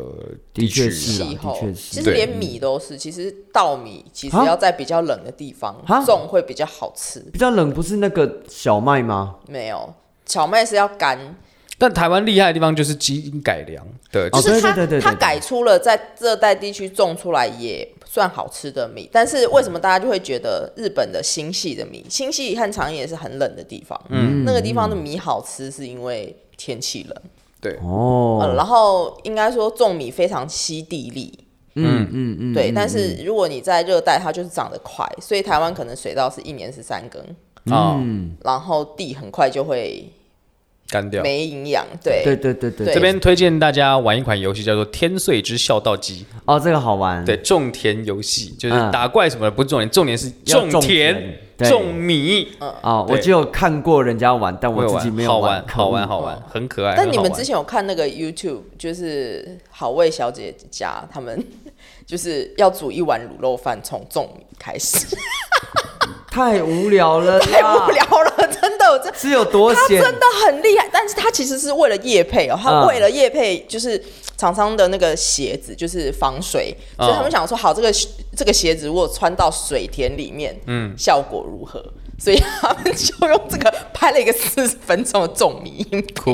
Speaker 6: 地区
Speaker 5: 的确，是啊
Speaker 4: 气候
Speaker 5: 的确是嗯
Speaker 4: 其实连
Speaker 6: 对
Speaker 4: 米都是，其实稻米其实
Speaker 5: 啊
Speaker 4: 要在比较冷的地方
Speaker 5: 啊
Speaker 4: 种会比较好吃，
Speaker 5: 比较冷，不是那个小麦吗？
Speaker 4: 没有。小麦是要干，
Speaker 6: 但台湾厉害的地方就是基因改良的，
Speaker 5: 哦
Speaker 4: 就
Speaker 6: 就是
Speaker 4: 它、
Speaker 5: 对对对对对
Speaker 4: 它改出了在热带地区种出来也算好吃的米，但是为什么大家就会觉得日本的新系的米，新系和长野也是很冷的地方，嗯，那个地方的米好吃是因为天气冷，
Speaker 6: 对
Speaker 4: 呃，
Speaker 5: 哦，
Speaker 4: 然后应该说种米非常吸地力，
Speaker 5: 嗯嗯嗯，
Speaker 4: 对，但是如果你在热带，它就是长得快，所以台湾可能水稻是一年十三耕，
Speaker 6: 啊
Speaker 5: 嗯
Speaker 4: 然后地很快就会
Speaker 6: 干掉。
Speaker 4: 没营养，对，
Speaker 5: 对对对对
Speaker 4: 对
Speaker 6: 这边推荐大家玩一款游戏，叫做《天穗之孝道机》，
Speaker 5: 哦，这个好玩，
Speaker 6: 对，种田游戏，就是
Speaker 5: 嗯
Speaker 6: 打怪什么的不是重点，重点是
Speaker 5: 要
Speaker 6: 田
Speaker 5: 种田、对
Speaker 6: 种米。
Speaker 5: 啊，我
Speaker 6: 对
Speaker 5: 就有看过人家玩，但我
Speaker 6: 会
Speaker 5: 自己没有
Speaker 6: 好玩，
Speaker 5: 可恶
Speaker 6: 好玩，好玩，很可爱。
Speaker 4: 但你
Speaker 6: 很
Speaker 4: 们
Speaker 6: 好玩
Speaker 4: 之前有看那个 YouTube，就是好味小姐家他们 就是要煮一碗卤肉饭，从种米开始，
Speaker 5: 太无聊 了，
Speaker 4: 太无，聊了，真的，我 真
Speaker 5: 是有多
Speaker 4: 他
Speaker 5: 闲
Speaker 4: 真？的很厉害，但是他其实是为了叶配哦，他
Speaker 5: 嗯
Speaker 4: 为了叶配就是厂商的那个鞋子就是防水，所以他们想说好这个这个鞋子如果穿到水田里面，嗯，效果如何？所以他们就用这个拍了一个四十分钟的众迷影
Speaker 6: 酷，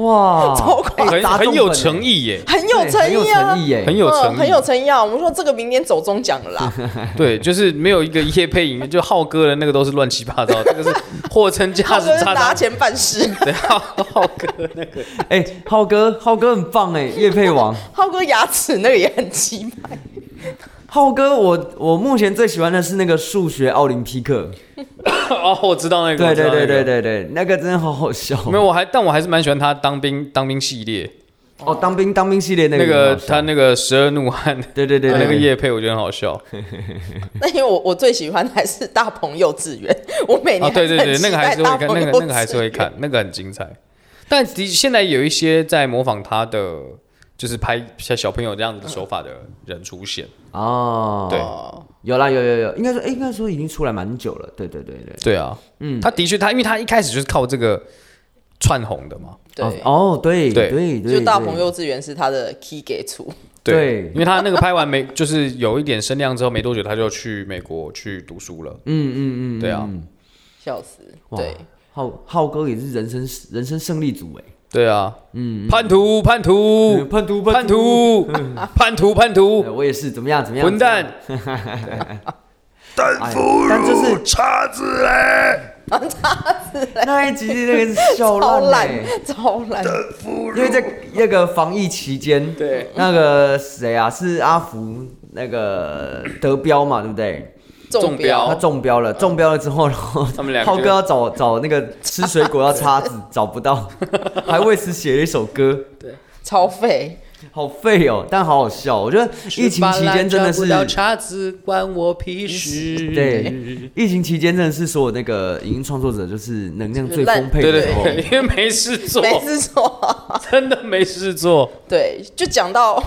Speaker 5: 哇，
Speaker 4: 超快
Speaker 5: 哎
Speaker 6: 很
Speaker 5: 砸中
Speaker 6: 很有
Speaker 5: 本
Speaker 6: 诚
Speaker 5: 欸
Speaker 6: 意耶，
Speaker 4: 很
Speaker 5: 对
Speaker 4: 有诚
Speaker 5: 很有
Speaker 4: 意啊，
Speaker 5: 诚意耶，
Speaker 6: 很有诚
Speaker 4: 嗯
Speaker 6: 意，
Speaker 4: 很有诚意啊。我们说这个明年走中奖 了啦，
Speaker 5: 嗯
Speaker 6: 对，就是没有一个夜配影，就浩哥的那个都是乱七八 糟，这个是货真价
Speaker 4: 他
Speaker 6: 实
Speaker 4: 就是
Speaker 6: 渣
Speaker 4: 拿
Speaker 6: 渣。
Speaker 4: 钱 办事。
Speaker 6: 对，浩浩哥那个
Speaker 5: 哎，浩哥，浩哥很棒 哎，叶配王，
Speaker 4: 浩哥牙齿那个也很奇葩，
Speaker 5: 浩哥，我我目前最喜欢的是那个数学奥林匹克，
Speaker 6: 哦，我知道那个，
Speaker 5: 对
Speaker 6: 我知
Speaker 5: 对
Speaker 6: 道
Speaker 5: 对
Speaker 6: 那
Speaker 5: 对
Speaker 6: 个。
Speaker 5: 对对，那个真的好好笑。
Speaker 6: 没有，我还但我还是蛮喜欢他当兵当兵系列，
Speaker 5: 哦，当兵当兵系列那个
Speaker 6: 那
Speaker 5: 也
Speaker 6: 个
Speaker 5: 很好笑
Speaker 6: 他那个十二怒汉
Speaker 5: 对对对对
Speaker 6: 那个
Speaker 5: 对
Speaker 6: 叶配，我觉得很好笑。
Speaker 4: 那因为我我最喜欢的还是大朋友志愿， 我每
Speaker 6: 啊，
Speaker 4: 年
Speaker 6: 对对对，那个还是会看，那个那个还是
Speaker 4: 会
Speaker 6: 会看，那个很精彩。但的现在有一些在模仿他的，就是拍像小朋友这样子的手法的人出现。
Speaker 5: 哦，
Speaker 6: 对
Speaker 5: 有啦有有有，应该说哎，应该说已经出来蛮久了，对对对对。
Speaker 6: 对啊，嗯，他的确他，因为他一开始就是靠这个窜红的嘛。
Speaker 4: 对，
Speaker 5: 哦，对
Speaker 6: 对
Speaker 5: 对对，
Speaker 4: 就大
Speaker 5: 对
Speaker 4: 朋友志愿是他的 key 给出，
Speaker 5: 对
Speaker 6: 因为他那个拍完没，就是有一点声量之后没多久，他就去美国去读书了。
Speaker 5: 嗯嗯嗯，
Speaker 6: 对啊，
Speaker 4: 笑死，
Speaker 5: 哇
Speaker 4: 对。
Speaker 5: 浩浩哥也是人生人生胜利组哎，
Speaker 6: 对啊，嗯，叛徒，叛徒，
Speaker 5: 叛徒
Speaker 6: 叛，徒，嗯叛徒，叛
Speaker 5: 哎
Speaker 6: 徒，
Speaker 5: 我也是怎么样怎么样，
Speaker 6: 混蛋！
Speaker 5: 哎，但就是叉子嘞，那一集那个是
Speaker 4: 超
Speaker 5: 笑烂
Speaker 4: 烂
Speaker 5: 欸，，
Speaker 4: 超烂，
Speaker 5: 因为在那个防疫期间，
Speaker 6: 对
Speaker 5: 那个谁啊，是阿福那个德标嘛，对不对？
Speaker 6: 中
Speaker 4: 中
Speaker 6: 标
Speaker 5: 他
Speaker 4: 标。
Speaker 5: 中标了，中标了之后，然后
Speaker 6: 哦他们两个
Speaker 5: 浩哥要找找那个吃水果要叉子，找 不到，还为此写了一首歌，
Speaker 4: 超废，
Speaker 5: 好废哦，但好好笑。我觉得疫情期间真的
Speaker 6: 抓不
Speaker 5: 是，
Speaker 6: 到叉子，关我屁事。嗯
Speaker 5: 对，疫情期间真的是所有那个影音创作者就是能量最丰沛
Speaker 6: 对
Speaker 5: 的
Speaker 6: 对
Speaker 5: 时候。
Speaker 6: 对，因为没事做，
Speaker 4: 没事做。
Speaker 6: 真的没事做。
Speaker 4: 对，就讲到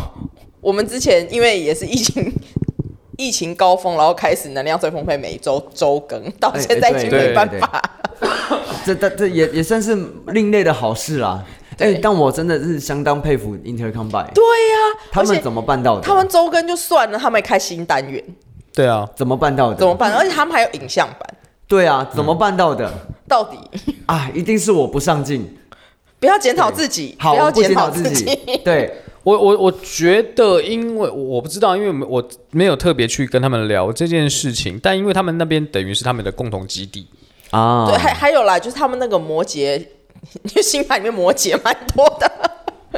Speaker 4: 我们之前，因为也是疫情。疫情高峰，然后开始能量最丰沛，每周周更，到
Speaker 5: 哎
Speaker 4: 现在已
Speaker 5: 对
Speaker 4: 经
Speaker 6: 对
Speaker 4: 没办
Speaker 5: 对
Speaker 4: 法。
Speaker 5: 这这这也也算是另类的好事啦。哎、
Speaker 4: 对
Speaker 5: 但我真的是相当佩服 Intercom by，
Speaker 4: 对呀、
Speaker 5: 他
Speaker 4: 而
Speaker 5: 们
Speaker 4: 且
Speaker 5: 怎么办到的？
Speaker 4: 他们周更就算了，他们还开新单元，
Speaker 6: 对啊，
Speaker 5: 怎么办到的？
Speaker 4: 怎么办？而且他们还有影像版，
Speaker 5: 对啊，怎么
Speaker 6: 嗯
Speaker 5: 办到的？
Speaker 4: 到底
Speaker 5: 啊，一定是我不上进，
Speaker 4: 不要检讨自己，
Speaker 5: 好，
Speaker 4: 不要
Speaker 5: 我不
Speaker 4: 检
Speaker 5: 检讨
Speaker 4: 讨
Speaker 5: 自己
Speaker 4: 己。，
Speaker 5: 对，
Speaker 6: 我我我觉得，因为我我不知道，因为我没有特别去跟他们聊这件事情，但因为他们那边等于是他们的共同基地，
Speaker 5: 啊，
Speaker 4: 对，还还有啦，就是他们那个摩羯， 就星盘里面摩羯蛮多的。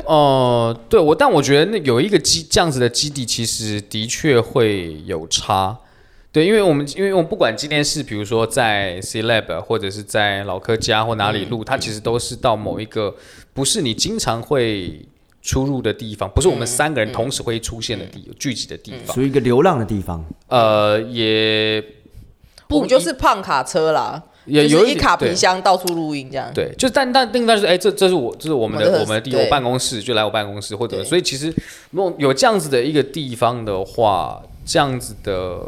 Speaker 6: 哦、对我，但我觉得那有一个基这样子的基地，其实的确会有差。对，因为我们因为我们不管今天是比如说在 C Lab 或者是在老科家或哪里录，它其实都是到某一个不是你经常会出入的地方，不是我们三个人同时会出现的地、聚集的地方。
Speaker 5: 属于一个流浪的地方，
Speaker 6: 呃，也
Speaker 4: 我们就是胖卡车啦，
Speaker 6: 也
Speaker 4: 就
Speaker 6: 有
Speaker 4: 是一
Speaker 6: 点
Speaker 4: 卡皮
Speaker 6: 对
Speaker 4: 箱到处录音这样。
Speaker 6: 对，就但但但但是哎、这这是我这是我们的
Speaker 4: 哎我们的
Speaker 6: 我们的地，
Speaker 4: 对
Speaker 6: 我办公室就来我办公室或者
Speaker 4: 对
Speaker 6: 所以其实有有这样子的一个地方的话，这样子的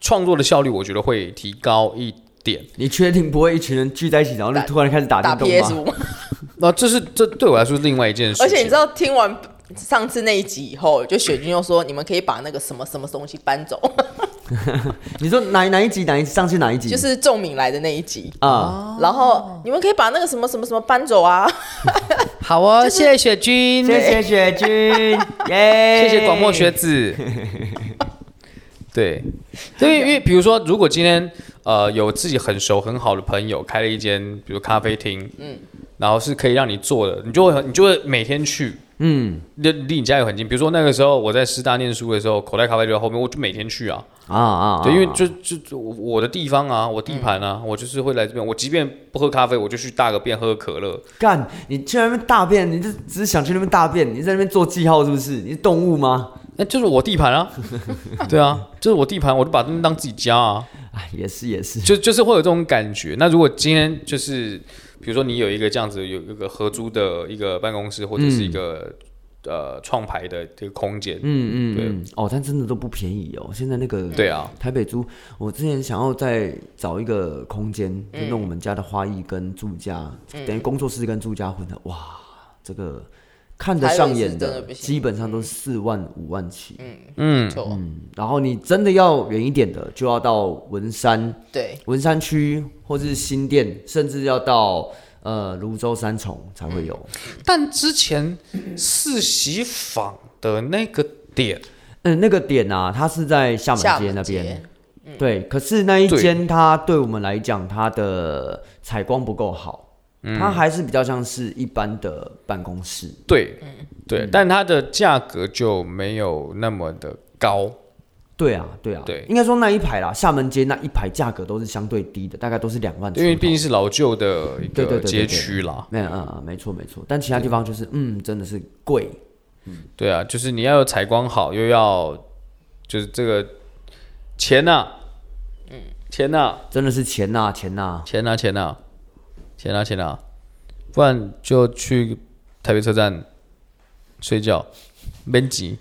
Speaker 6: 创作的效率，我觉得会提高一点。
Speaker 5: 你确定不会一群人聚在一起，然后就突然开始打
Speaker 4: 打
Speaker 5: 电动
Speaker 4: PS
Speaker 5: 吗？
Speaker 4: 五，
Speaker 6: 那、这是这对我来说是另外一件事情。啊
Speaker 4: 而且你知道听完上次那一集以后，就雪军又说你们可以把那个什么什么东西搬走，
Speaker 5: 你说哪哪一集哪一集上去哪一集？
Speaker 4: 就是哦仲敏来的那一集。
Speaker 5: 啊，
Speaker 4: 然后你们可以把那个什么什么什么搬走啊，
Speaker 6: 好哦，谢谢雪君，
Speaker 5: 谢谢雪 君，
Speaker 6: 谢
Speaker 5: 耶，
Speaker 6: 谢广末学子。对，因为因为比如说，如果今天呃有自己很熟很好的朋友开了一间，比如咖啡厅，嗯，然后是可以让你做的，你就会很你就会每天去，
Speaker 5: 嗯
Speaker 6: 离离你家又很近。比如说那个时候我在师大念书的时候，口袋咖啡就在后面，我就每天去啊，
Speaker 5: 啊啊，
Speaker 6: 对，
Speaker 5: 啊嗯
Speaker 6: 因为
Speaker 5: 啊
Speaker 6: 就就就我我的地方啊，我地盘啊，我就是会来这边。我即便不喝咖啡，我就去大个便喝可乐。
Speaker 5: 干，你去那边大便，你就只是想去那边大便，你在那边做记号是不是？你是动物吗？
Speaker 6: 那哎就是我地盘 啊，对啊，就是我地盘，我就把他们当自己家啊。
Speaker 5: 哎，也是也是，
Speaker 6: 就就是会有这种感觉。那如果今天就是，比如说你有一个这样子有一个合租的一个办公室，或者是一个、呃创牌的这个空间，
Speaker 5: 嗯嗯
Speaker 6: 对
Speaker 5: 嗯，哦，但真的都不便宜哦。现在那个
Speaker 6: 对啊，
Speaker 5: 台北租，我之前想要再找一个空间，就
Speaker 4: 嗯
Speaker 5: 弄我们家的花艺跟住家，等于工作室跟住家混合，哇，这个看得上眼
Speaker 4: 台北市真的不行嗯
Speaker 5: 基本上都是四万五万起。嗯
Speaker 4: 没错，
Speaker 5: 然后你真的要远一点的，就要到文山、
Speaker 4: 对，
Speaker 5: 文山区，或是新店，甚至要到呃泸州三重才会有。
Speaker 6: 嗯但之前四喜坊的那个点，
Speaker 5: 嗯，那个点啊，它是在厦门
Speaker 4: 厦
Speaker 5: 街
Speaker 4: 门
Speaker 5: 那
Speaker 4: 街
Speaker 5: 边。对，可是那一
Speaker 6: 嗯对
Speaker 5: 间它对我们来讲，它的采光不够好，
Speaker 6: 嗯
Speaker 5: 它还是比较像是一般的办公室。
Speaker 6: 对
Speaker 5: 嗯
Speaker 6: 对，但它的价格就没有那么的高。
Speaker 5: 对啊，对啊，
Speaker 6: 对
Speaker 5: 应该说那一排啦，厦门街那一排价格都是相对低的，大概都是两万出头。
Speaker 6: 因为毕竟是老旧的一
Speaker 5: 对对对
Speaker 6: 个
Speaker 5: 对对
Speaker 6: 街区啦，
Speaker 5: 没有，嗯嗯，没错没错，但其他地方就是，嗯，真的是贵，
Speaker 6: 对啊，就是你要有采光好，又要就是这个钱呐、嗯，钱呐、
Speaker 5: 真的是钱呐、钱呐、
Speaker 6: 钱呐、钱呐、钱呐、钱呐、不然就去台北车站睡觉，编辑，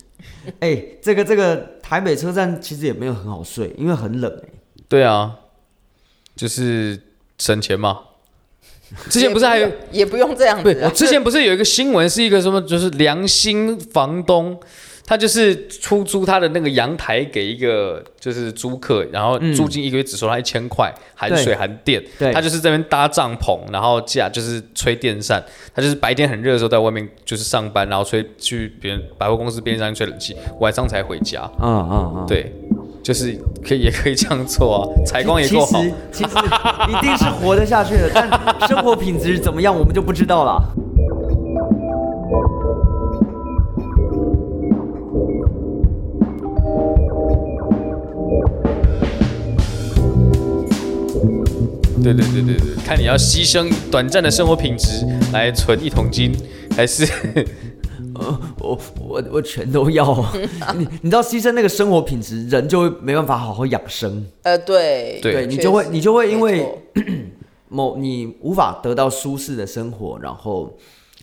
Speaker 5: 哎、这个这个台北车站其实也没有很好睡，因为很冷、欸。
Speaker 6: 对啊，就是省钱嘛。之前不是还有
Speaker 4: 也不用这样
Speaker 6: 对
Speaker 4: 子，
Speaker 6: 我
Speaker 4: 啊，
Speaker 6: 之前不是有一个新闻，是一个什么，就是良心房东，他就是出租他的那个阳台给一个就是租客，然后租金一个月只收他一千块，含水
Speaker 5: 对
Speaker 6: 含电。
Speaker 5: 对
Speaker 6: 他就是这边搭帐篷，然后架就是吹电扇，他就是白天很热的时候在外面就是上班，然后吹去别人百货公司便利商店吹冷气，晚上才回家。
Speaker 5: 嗯嗯嗯，
Speaker 6: 对，就是可以也可以这样做啊，采光也
Speaker 5: 其
Speaker 6: 够好。
Speaker 5: 实其实一定是活得下去的，但生活品质怎么样我们就不知道了。
Speaker 6: 对对对对对，看你要牺牲短暂的生活品质来存一桶金，还是
Speaker 5: 呃我我我全都要啊！ 你你知道牺牲那个生活品质，人就会没办法好好养生，
Speaker 4: 呃，对
Speaker 6: 对
Speaker 5: 对你
Speaker 4: 确
Speaker 5: 就会
Speaker 4: 实
Speaker 5: 你就会因
Speaker 4: 没
Speaker 5: 为
Speaker 4: 错
Speaker 5: 某你无法得到舒适的生活，然后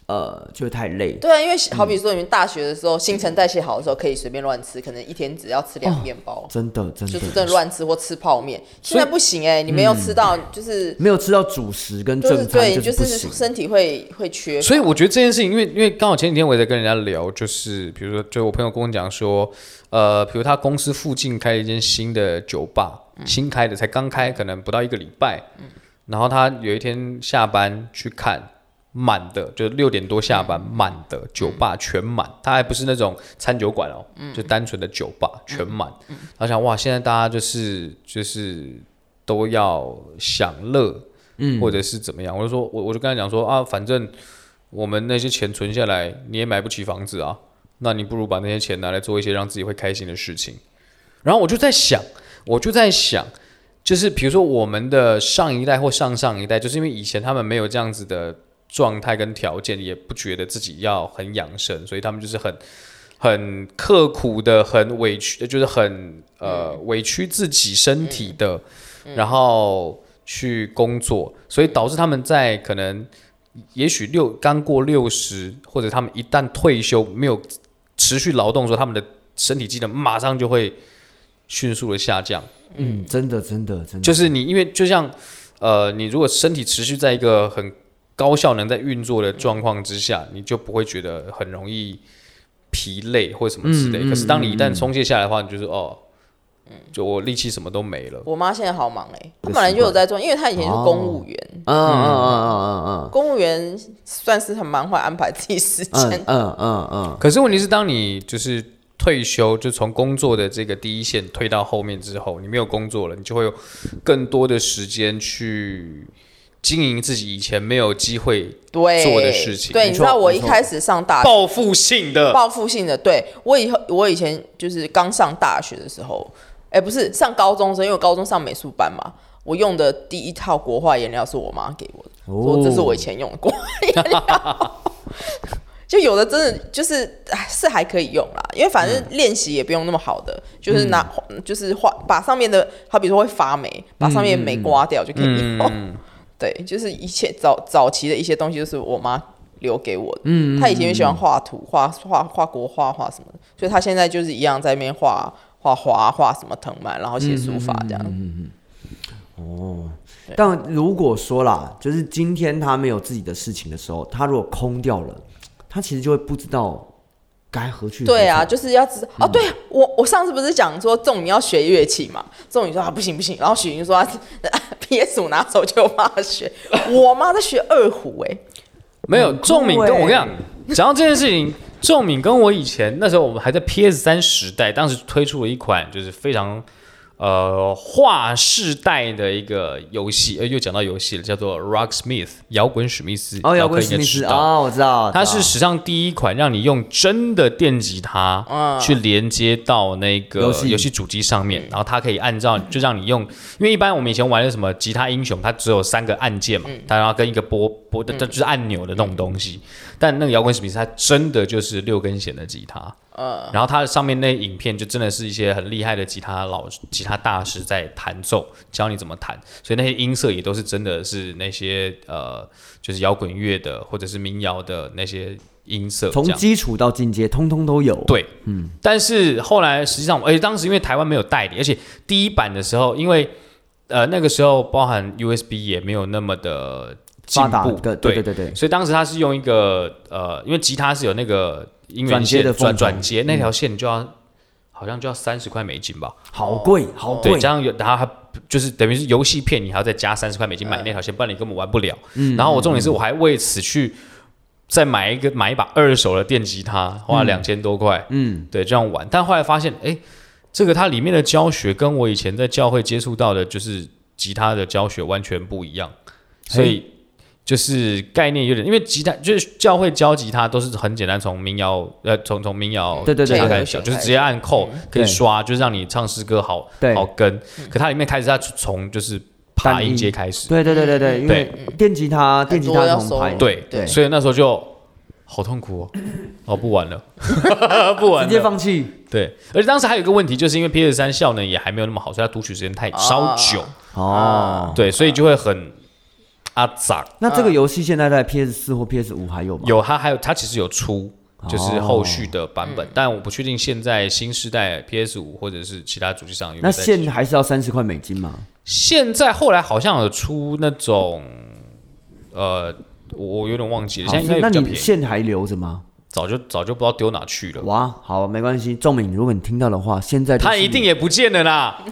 Speaker 5: 呃就会太累。
Speaker 4: 对啊，因为好比说你们大学的时候，新陈代谢好的时候可以随便乱吃，可能一天只要吃两面包，
Speaker 5: 哦真的真
Speaker 4: 就是真
Speaker 5: 的
Speaker 4: 的乱吃或吃泡面。现在不行哎，你没有吃到就是
Speaker 5: 没有吃到主食跟
Speaker 4: 就是
Speaker 5: 正餐
Speaker 4: 对，
Speaker 5: 是
Speaker 4: 就
Speaker 5: 不
Speaker 4: 是
Speaker 5: 行。
Speaker 4: 身体会会缺乏。
Speaker 6: 所以我觉得这件事情，因为因为刚好前几天我也在跟人家聊，就是比如说，就我朋友跟我讲说，呃，比如他公司附近开了一间新的酒吧，新开的，才刚开，可能不到一个礼拜。然后他有一天下班去看，满的，就是六点多下班，满的酒吧全满，他还不是那种餐酒馆哦，就单纯的酒吧全满。然后想哇，现在大家就是就是都要享乐。嗯，或者是怎么样？我就说，我我就跟他讲说啊，反正我们那些钱存下来，你也买不起房子啊，那你不如把那些钱拿来做一些让自己会开心的事情。然后我就在想，我就在想，就是比如说我们的上一代或上上一代，就是因为以前他们没有这样子的状态跟条件，也不觉得自己要很养生，所以他们就是很很刻苦的、很委屈，就是很呃委屈自己身体的，然后去工作，所以导致他们在可能。也许六刚过六十，或者他们一旦退休没有持续劳动的时候，他们的身体机能马上就会迅速的下降。
Speaker 5: 嗯，真的真的真的，
Speaker 6: 就是你因为就像呃，你如果身体持续在一个很高效能在运作的状况之下，你就不会觉得很容易疲累或什么之类。可是当你一旦松懈下来的话，你就是哦，就我力气什么都没了。
Speaker 4: 我妈现在好忙哎、她本来就有在做，因为她以前是公务员，
Speaker 5: 嗯嗯嗯嗯
Speaker 4: 公务员算是很蛮会安排自己时间。
Speaker 5: 嗯嗯嗯嗯嗯，
Speaker 6: 可是问题是，当你就是退休，就从工作的这个第一线退到后面之后，你没有工作了，你就会有更多的时间去经营自己以前没有机会
Speaker 4: 对
Speaker 6: 做的事情
Speaker 4: 对，
Speaker 5: 没错
Speaker 4: 你知道我
Speaker 5: 没
Speaker 4: 一
Speaker 5: 错
Speaker 4: 开始上
Speaker 5: 啊
Speaker 4: 大学
Speaker 6: 报复性的。
Speaker 4: 报复性的，对我以后我以前就是刚上大学的时候，哎，不是上高中的时候，因为我高中上美术班嘛，我用的第一套国画颜料是我妈给我的，说这是我以前用的国画颜料。 就有的真的就是哎是还可以用啦，因为反正练习也不用那么好的，就是拿就是画把上面的，好比说会发霉，把上面的霉刮掉就可以用。对，就是一切早早期的一些东西，就是我妈留给我的。嗯，她以前也喜欢画图，画画画国画，画什么的，所以她现在就是一样在那边画画花，画什么藤蔓，然后写书法这样。
Speaker 5: 哦但如果说啦，就是今天他没有自己的事情的时候，他如果空掉了，他其实就会不知道该何去何从。
Speaker 4: 对啊，就是要知道哦。对我，我上次不是讲说仲宇要学乐器嘛？仲宇说啊不行不行，然后许云说他 PS 五拿走就骂学，我妈在学二胡哎、
Speaker 6: 没有仲敏跟
Speaker 4: 欸
Speaker 6: 我跟你讲，讲到这件事情，仲敏跟我以前那时候我们还在 PS 三时代，当时推出了一款就是非常呃划世代的一个游戏，呃又讲到游戏了，叫做 Rocksmith 摇滚史密斯，
Speaker 5: 哦，摇
Speaker 6: 老柯
Speaker 5: 滚史
Speaker 6: 应该
Speaker 5: 密
Speaker 6: 知
Speaker 5: 斯
Speaker 6: 道。
Speaker 5: 哦，我知道，
Speaker 6: 它
Speaker 5: 知
Speaker 6: 是
Speaker 5: 道
Speaker 6: 史上第一款让你用真的电吉他去连接到那个
Speaker 5: 嗯游戏嗯
Speaker 6: 游戏主机上面，然后它可以按照就让你用，因为一般我们以前玩的什么吉他英雄，它只有三个按键嘛，
Speaker 5: 嗯
Speaker 6: 它然后跟一个拨拨的，它就是按钮的那种东西。但那个摇滚史密斯，它真的就是六根弦的吉他，然后它上面那影片就真的是一些很厉害的吉他老吉他大师在弹奏，教你怎么弹，所以那些音色也都是真的是那些呃，就是摇滚乐的或者是民谣的那些音色这
Speaker 5: 从
Speaker 6: 样。
Speaker 5: 基础到进阶，通通都有。，
Speaker 6: 对，嗯，但是后来实际上，而且当时因为台湾没有代理，而且第一版的时候，因为呃那个时候包含 USB 也没有那么的进
Speaker 5: 发达
Speaker 6: 步，
Speaker 5: 的，对对对对，
Speaker 6: 所以当时他是用一个呃，因为吉他是有那个音源
Speaker 5: 转接
Speaker 6: 线
Speaker 5: 的嗯
Speaker 6: 转
Speaker 5: 缝
Speaker 6: 转接那条线就要、好像就要三十块美金吧，
Speaker 5: 好贵，好
Speaker 6: 对，
Speaker 5: 贵
Speaker 6: 这。样有然后还就是等于是游戏片，你还要再加三十块美金
Speaker 5: 嗯
Speaker 6: 买那条线，不然你根本玩不了。然后我重点是我还为此去再买一个买一把二手的电吉他，花了两千多块，
Speaker 5: 嗯，
Speaker 6: 对，这样玩。但后来发现，哎，这个它里面的教学跟我以前在教会接触到的，就是吉他的教学完全不一样，
Speaker 5: 哎
Speaker 6: 所以就是概念有点，因为吉他就是教会教吉他都是很简单，从民谣呃，从从民谣
Speaker 5: 对对对
Speaker 6: 吉他
Speaker 5: 对
Speaker 6: 开始教，
Speaker 4: 对对
Speaker 6: 就是直接按扣可以
Speaker 5: 对
Speaker 6: 刷，就是让你唱诗歌好
Speaker 5: 对
Speaker 6: 好跟。可它里面开始它从就是爬
Speaker 5: 单一
Speaker 6: 音阶开始，
Speaker 5: 对对对对对，
Speaker 4: 嗯
Speaker 5: 因为电吉他，电吉
Speaker 4: 很多
Speaker 5: 他
Speaker 4: 要
Speaker 5: 同排，
Speaker 4: 收
Speaker 6: 对
Speaker 4: 对
Speaker 6: 所以那时候就好痛苦哦，哦 不玩了，不玩
Speaker 5: 直接
Speaker 6: 了。
Speaker 5: 放弃。
Speaker 6: 对，而且当时还有一个问题，就是因为 PS 三效能也还没有那么好，所以它读取时间太稍久，
Speaker 4: 啊
Speaker 5: 哦，
Speaker 6: 对，所以就会很阿杂。
Speaker 5: 那这个游戏现在在 PS 四或 PS 五还有吗？
Speaker 6: 有它还有它其实有出，就是后续的版本，但我不确定现在新时代 PS 五或者是其他主机上有没有
Speaker 5: 那
Speaker 6: 在
Speaker 5: 现还是要三十块美金吗？
Speaker 6: 现在后来好像有出那种，呃，我我有点忘记了，
Speaker 5: 好
Speaker 6: 现在应该
Speaker 5: 那
Speaker 6: 有比较
Speaker 5: 你
Speaker 6: 便宜，
Speaker 5: 现还留着吗？
Speaker 6: 早就早就不知道丢哪去了。
Speaker 5: 哇，好，没关系，仲敏，如果你听到的话，现在就
Speaker 6: 他
Speaker 5: 是
Speaker 6: 一定也不见了啦，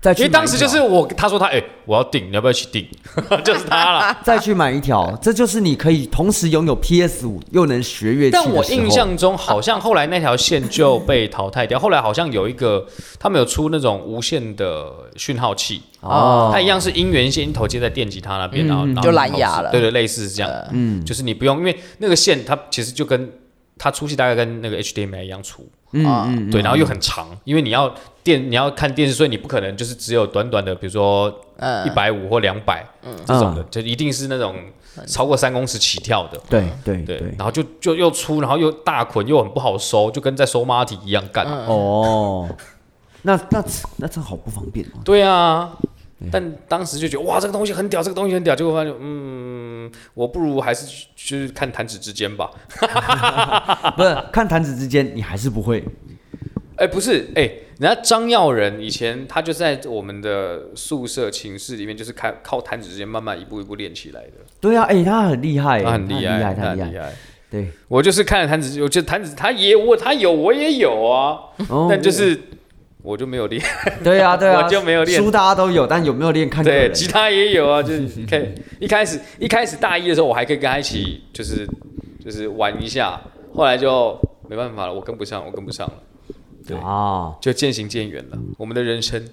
Speaker 5: 再去
Speaker 6: 因
Speaker 5: 买
Speaker 6: 为当
Speaker 5: 一条，
Speaker 6: 时就是我，他说他哎、我要订，你要不要一起订？ 就是他啦。
Speaker 5: 再去买 一条，这就是你可以同时拥有 PS 五又能学乐器的
Speaker 6: 但
Speaker 5: 时候。
Speaker 6: 我印象中好像后来那条线就被淘汰掉，后来好像有一个他们有出那种无线的讯号器
Speaker 5: 哦嗯
Speaker 6: 它一样是音源线一头接在电吉他那边，然后然后
Speaker 4: 就蓝牙了
Speaker 6: 对对，类似是这
Speaker 5: 呃
Speaker 6: 样，嗯，就是你不用，因为那个线它其实就跟它粗细大概跟那个 HDMI 一样粗，
Speaker 5: 嗯，嗯嗯，
Speaker 6: 对，然后又很长，因为你要电你要看电视，所以你不可能就是只有短短的，比如说
Speaker 5: 呃
Speaker 6: 一百五或两百
Speaker 5: 嗯
Speaker 6: 这种的，就一定是那种超过三公尺起跳的。
Speaker 5: 对对
Speaker 6: 对，
Speaker 5: 对，
Speaker 6: 然后就就又粗，然后又大捆，又很不好收，就跟在收马蹄一样干。
Speaker 5: 哦，那那那这好不方便 哦。
Speaker 6: 对啊，
Speaker 5: 嗯
Speaker 6: 但当时就觉得哇，这个东西很屌，这个东西很屌，结果发现嗯，我不如还是去去看弹指之间吧。
Speaker 5: 不是看弹指之间，你还是不会
Speaker 6: 哎，不是，哎，人家张耀仁以前他就在我们的宿舍寝室里面，就是靠靠弹指之间慢慢一步一步练起来的，
Speaker 5: 对啊，哎、他很厉害，
Speaker 6: 他很厉
Speaker 5: 他很厉
Speaker 6: 害，
Speaker 5: 害，
Speaker 6: 他
Speaker 5: 他很
Speaker 6: 很
Speaker 5: 厉
Speaker 6: 厉
Speaker 5: 害。
Speaker 6: 害。
Speaker 5: 对，
Speaker 6: 我就是看了弹指，我就弹指，他也我他有，我也有啊，
Speaker 5: 哦
Speaker 6: 但就是我就没有练。
Speaker 5: 对啊，对啊，
Speaker 6: 我就没有练
Speaker 5: 书大家都有，但有没有练 看个
Speaker 6: 对，
Speaker 5: 人。
Speaker 6: 吉他也有 啊，就是你看一开始一开始大一的时候，我还可以跟他一起就是就是玩一下，后来就没办法了，我跟不上，我跟不上了，对
Speaker 5: 啊，
Speaker 6: 就渐行渐远了。我们的人生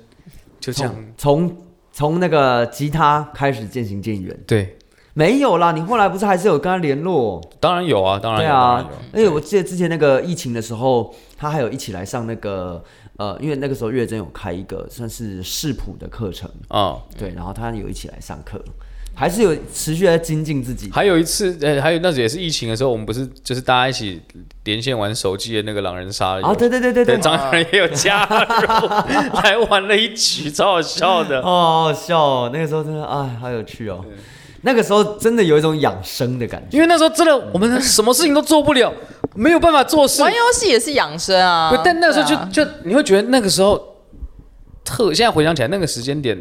Speaker 6: 就这样，
Speaker 5: 从从那个吉他开始渐行渐远。
Speaker 6: 对，
Speaker 5: 没有啦，你后来不是还是有跟他联络？
Speaker 6: 当然有啊，当然
Speaker 5: 对
Speaker 6: 有，
Speaker 5: 啊
Speaker 6: 当然有，
Speaker 5: 而且我记得之前那个疫情的时候，他还有一起来上那个呃，因为那个时候月真有开一个算是视谱的课程，
Speaker 6: 啊、
Speaker 5: 对，然后他有一起来上课，还是有持续在精进自己。
Speaker 6: 还有一次，呃，还有那时也是疫情的时候，我们不是就是大家一起连线玩手机的那个狼人杀
Speaker 5: 啊，对对对对对
Speaker 6: 对，，张小人也有加 入，还玩了一局，超好笑的。
Speaker 5: 哦好好笑哦！那个时候真的，哎，好有趣哦。那个时候真的有一种养生的感觉。
Speaker 6: 因为那时候真的我们什么事情都做不了，没有办法做事。
Speaker 4: 玩游戏也是养生啊
Speaker 6: 不，，但那时候就、
Speaker 4: 对啊
Speaker 6: 就你会觉得那个时候特，现在回想起来那个时间点，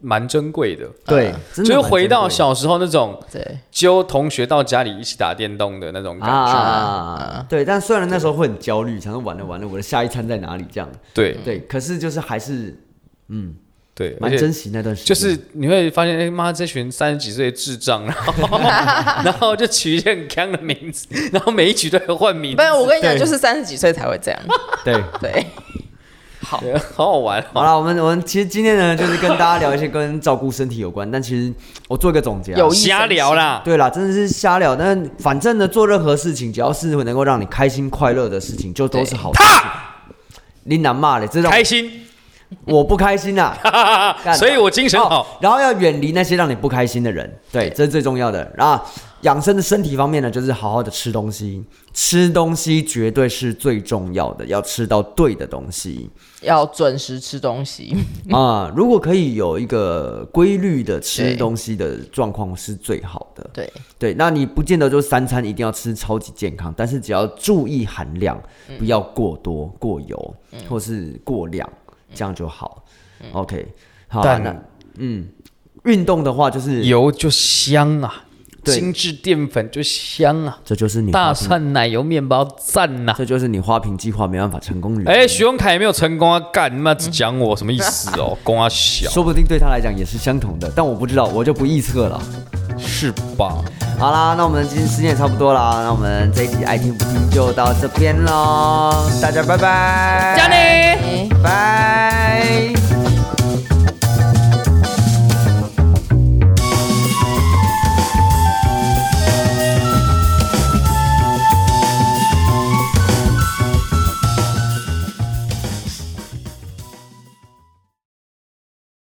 Speaker 6: 蛮珍贵的，
Speaker 5: 对，啊真的
Speaker 6: 就是
Speaker 5: 蛮
Speaker 6: 回到
Speaker 5: 珍贵的
Speaker 6: 小时候那种
Speaker 4: 对，
Speaker 6: 揪同学到家里一起打电动的那种感
Speaker 5: 啊啊
Speaker 6: 觉。
Speaker 5: 啊啊啊对，但虽然那时候会很焦虑，想说完了完了，我的下一餐在哪里这样，
Speaker 6: 对
Speaker 5: 对，可是就是还是嗯，
Speaker 6: 对，而
Speaker 5: 蛮
Speaker 6: 且
Speaker 5: 珍惜那段时
Speaker 6: 就
Speaker 5: 间，
Speaker 6: 是你会发现，哎、妈，这群三十几岁的智障，然 后然后就取一些很坑的名字，然后每一局都有换名字
Speaker 4: 不，然我跟你讲，
Speaker 5: 对
Speaker 4: 就是三十几岁才会这样，
Speaker 5: 对。
Speaker 4: 对，
Speaker 6: 对好好玩
Speaker 5: 好
Speaker 6: 哦。
Speaker 5: 了，我们我们其实今天呢，就是跟大家聊一些跟照顾身体有关，但其实我做一个总结、啊，
Speaker 4: 有意
Speaker 6: 瞎聊啦，
Speaker 5: 对啦，真的是瞎聊，但反正呢，做任何事情，只要是能够让你开心快乐的事情，就都是好事情。你难骂嘞，这种
Speaker 6: 开心，
Speaker 5: 我不开心 啦、干
Speaker 6: 所以我精神好。
Speaker 5: 然后要远离那些让你不开心的人，对，这是最重要的。然后养生的身体方面呢，就是好好的吃东西，吃东西绝对是最重要的，要吃到对的东西
Speaker 4: 要准时吃东西，
Speaker 5: 啊、如果可以有一个规律的吃
Speaker 4: 对
Speaker 5: 东西的状况是最好的。
Speaker 4: 对，
Speaker 5: 对，那你不见得就三餐一定要吃超级健康，但是只要注意含量，不要过多、过油、或是过量，这样就好。OK，好，
Speaker 6: 但
Speaker 5: 那嗯，运动的话就是，
Speaker 6: 油就香啊，
Speaker 5: 对
Speaker 6: 精致淀粉就香啊，
Speaker 5: 这就是你花
Speaker 6: 大
Speaker 5: 瓶，
Speaker 6: 蒜奶油面包赞呐、
Speaker 5: 这就是你花瓶计划没办法成功的原因
Speaker 6: 哎，徐永凯也没有成功啊，干你妈只讲我什么意思哦？公啊小
Speaker 5: 说不定对他来讲也是相同的，但我不知道，我就不臆测了。
Speaker 6: 是吧？
Speaker 5: 好啦，那我们今天时间也差不多啦，那我们这一集爱听不听就到这边喽，大家拜拜，
Speaker 4: 加你。
Speaker 5: 拜。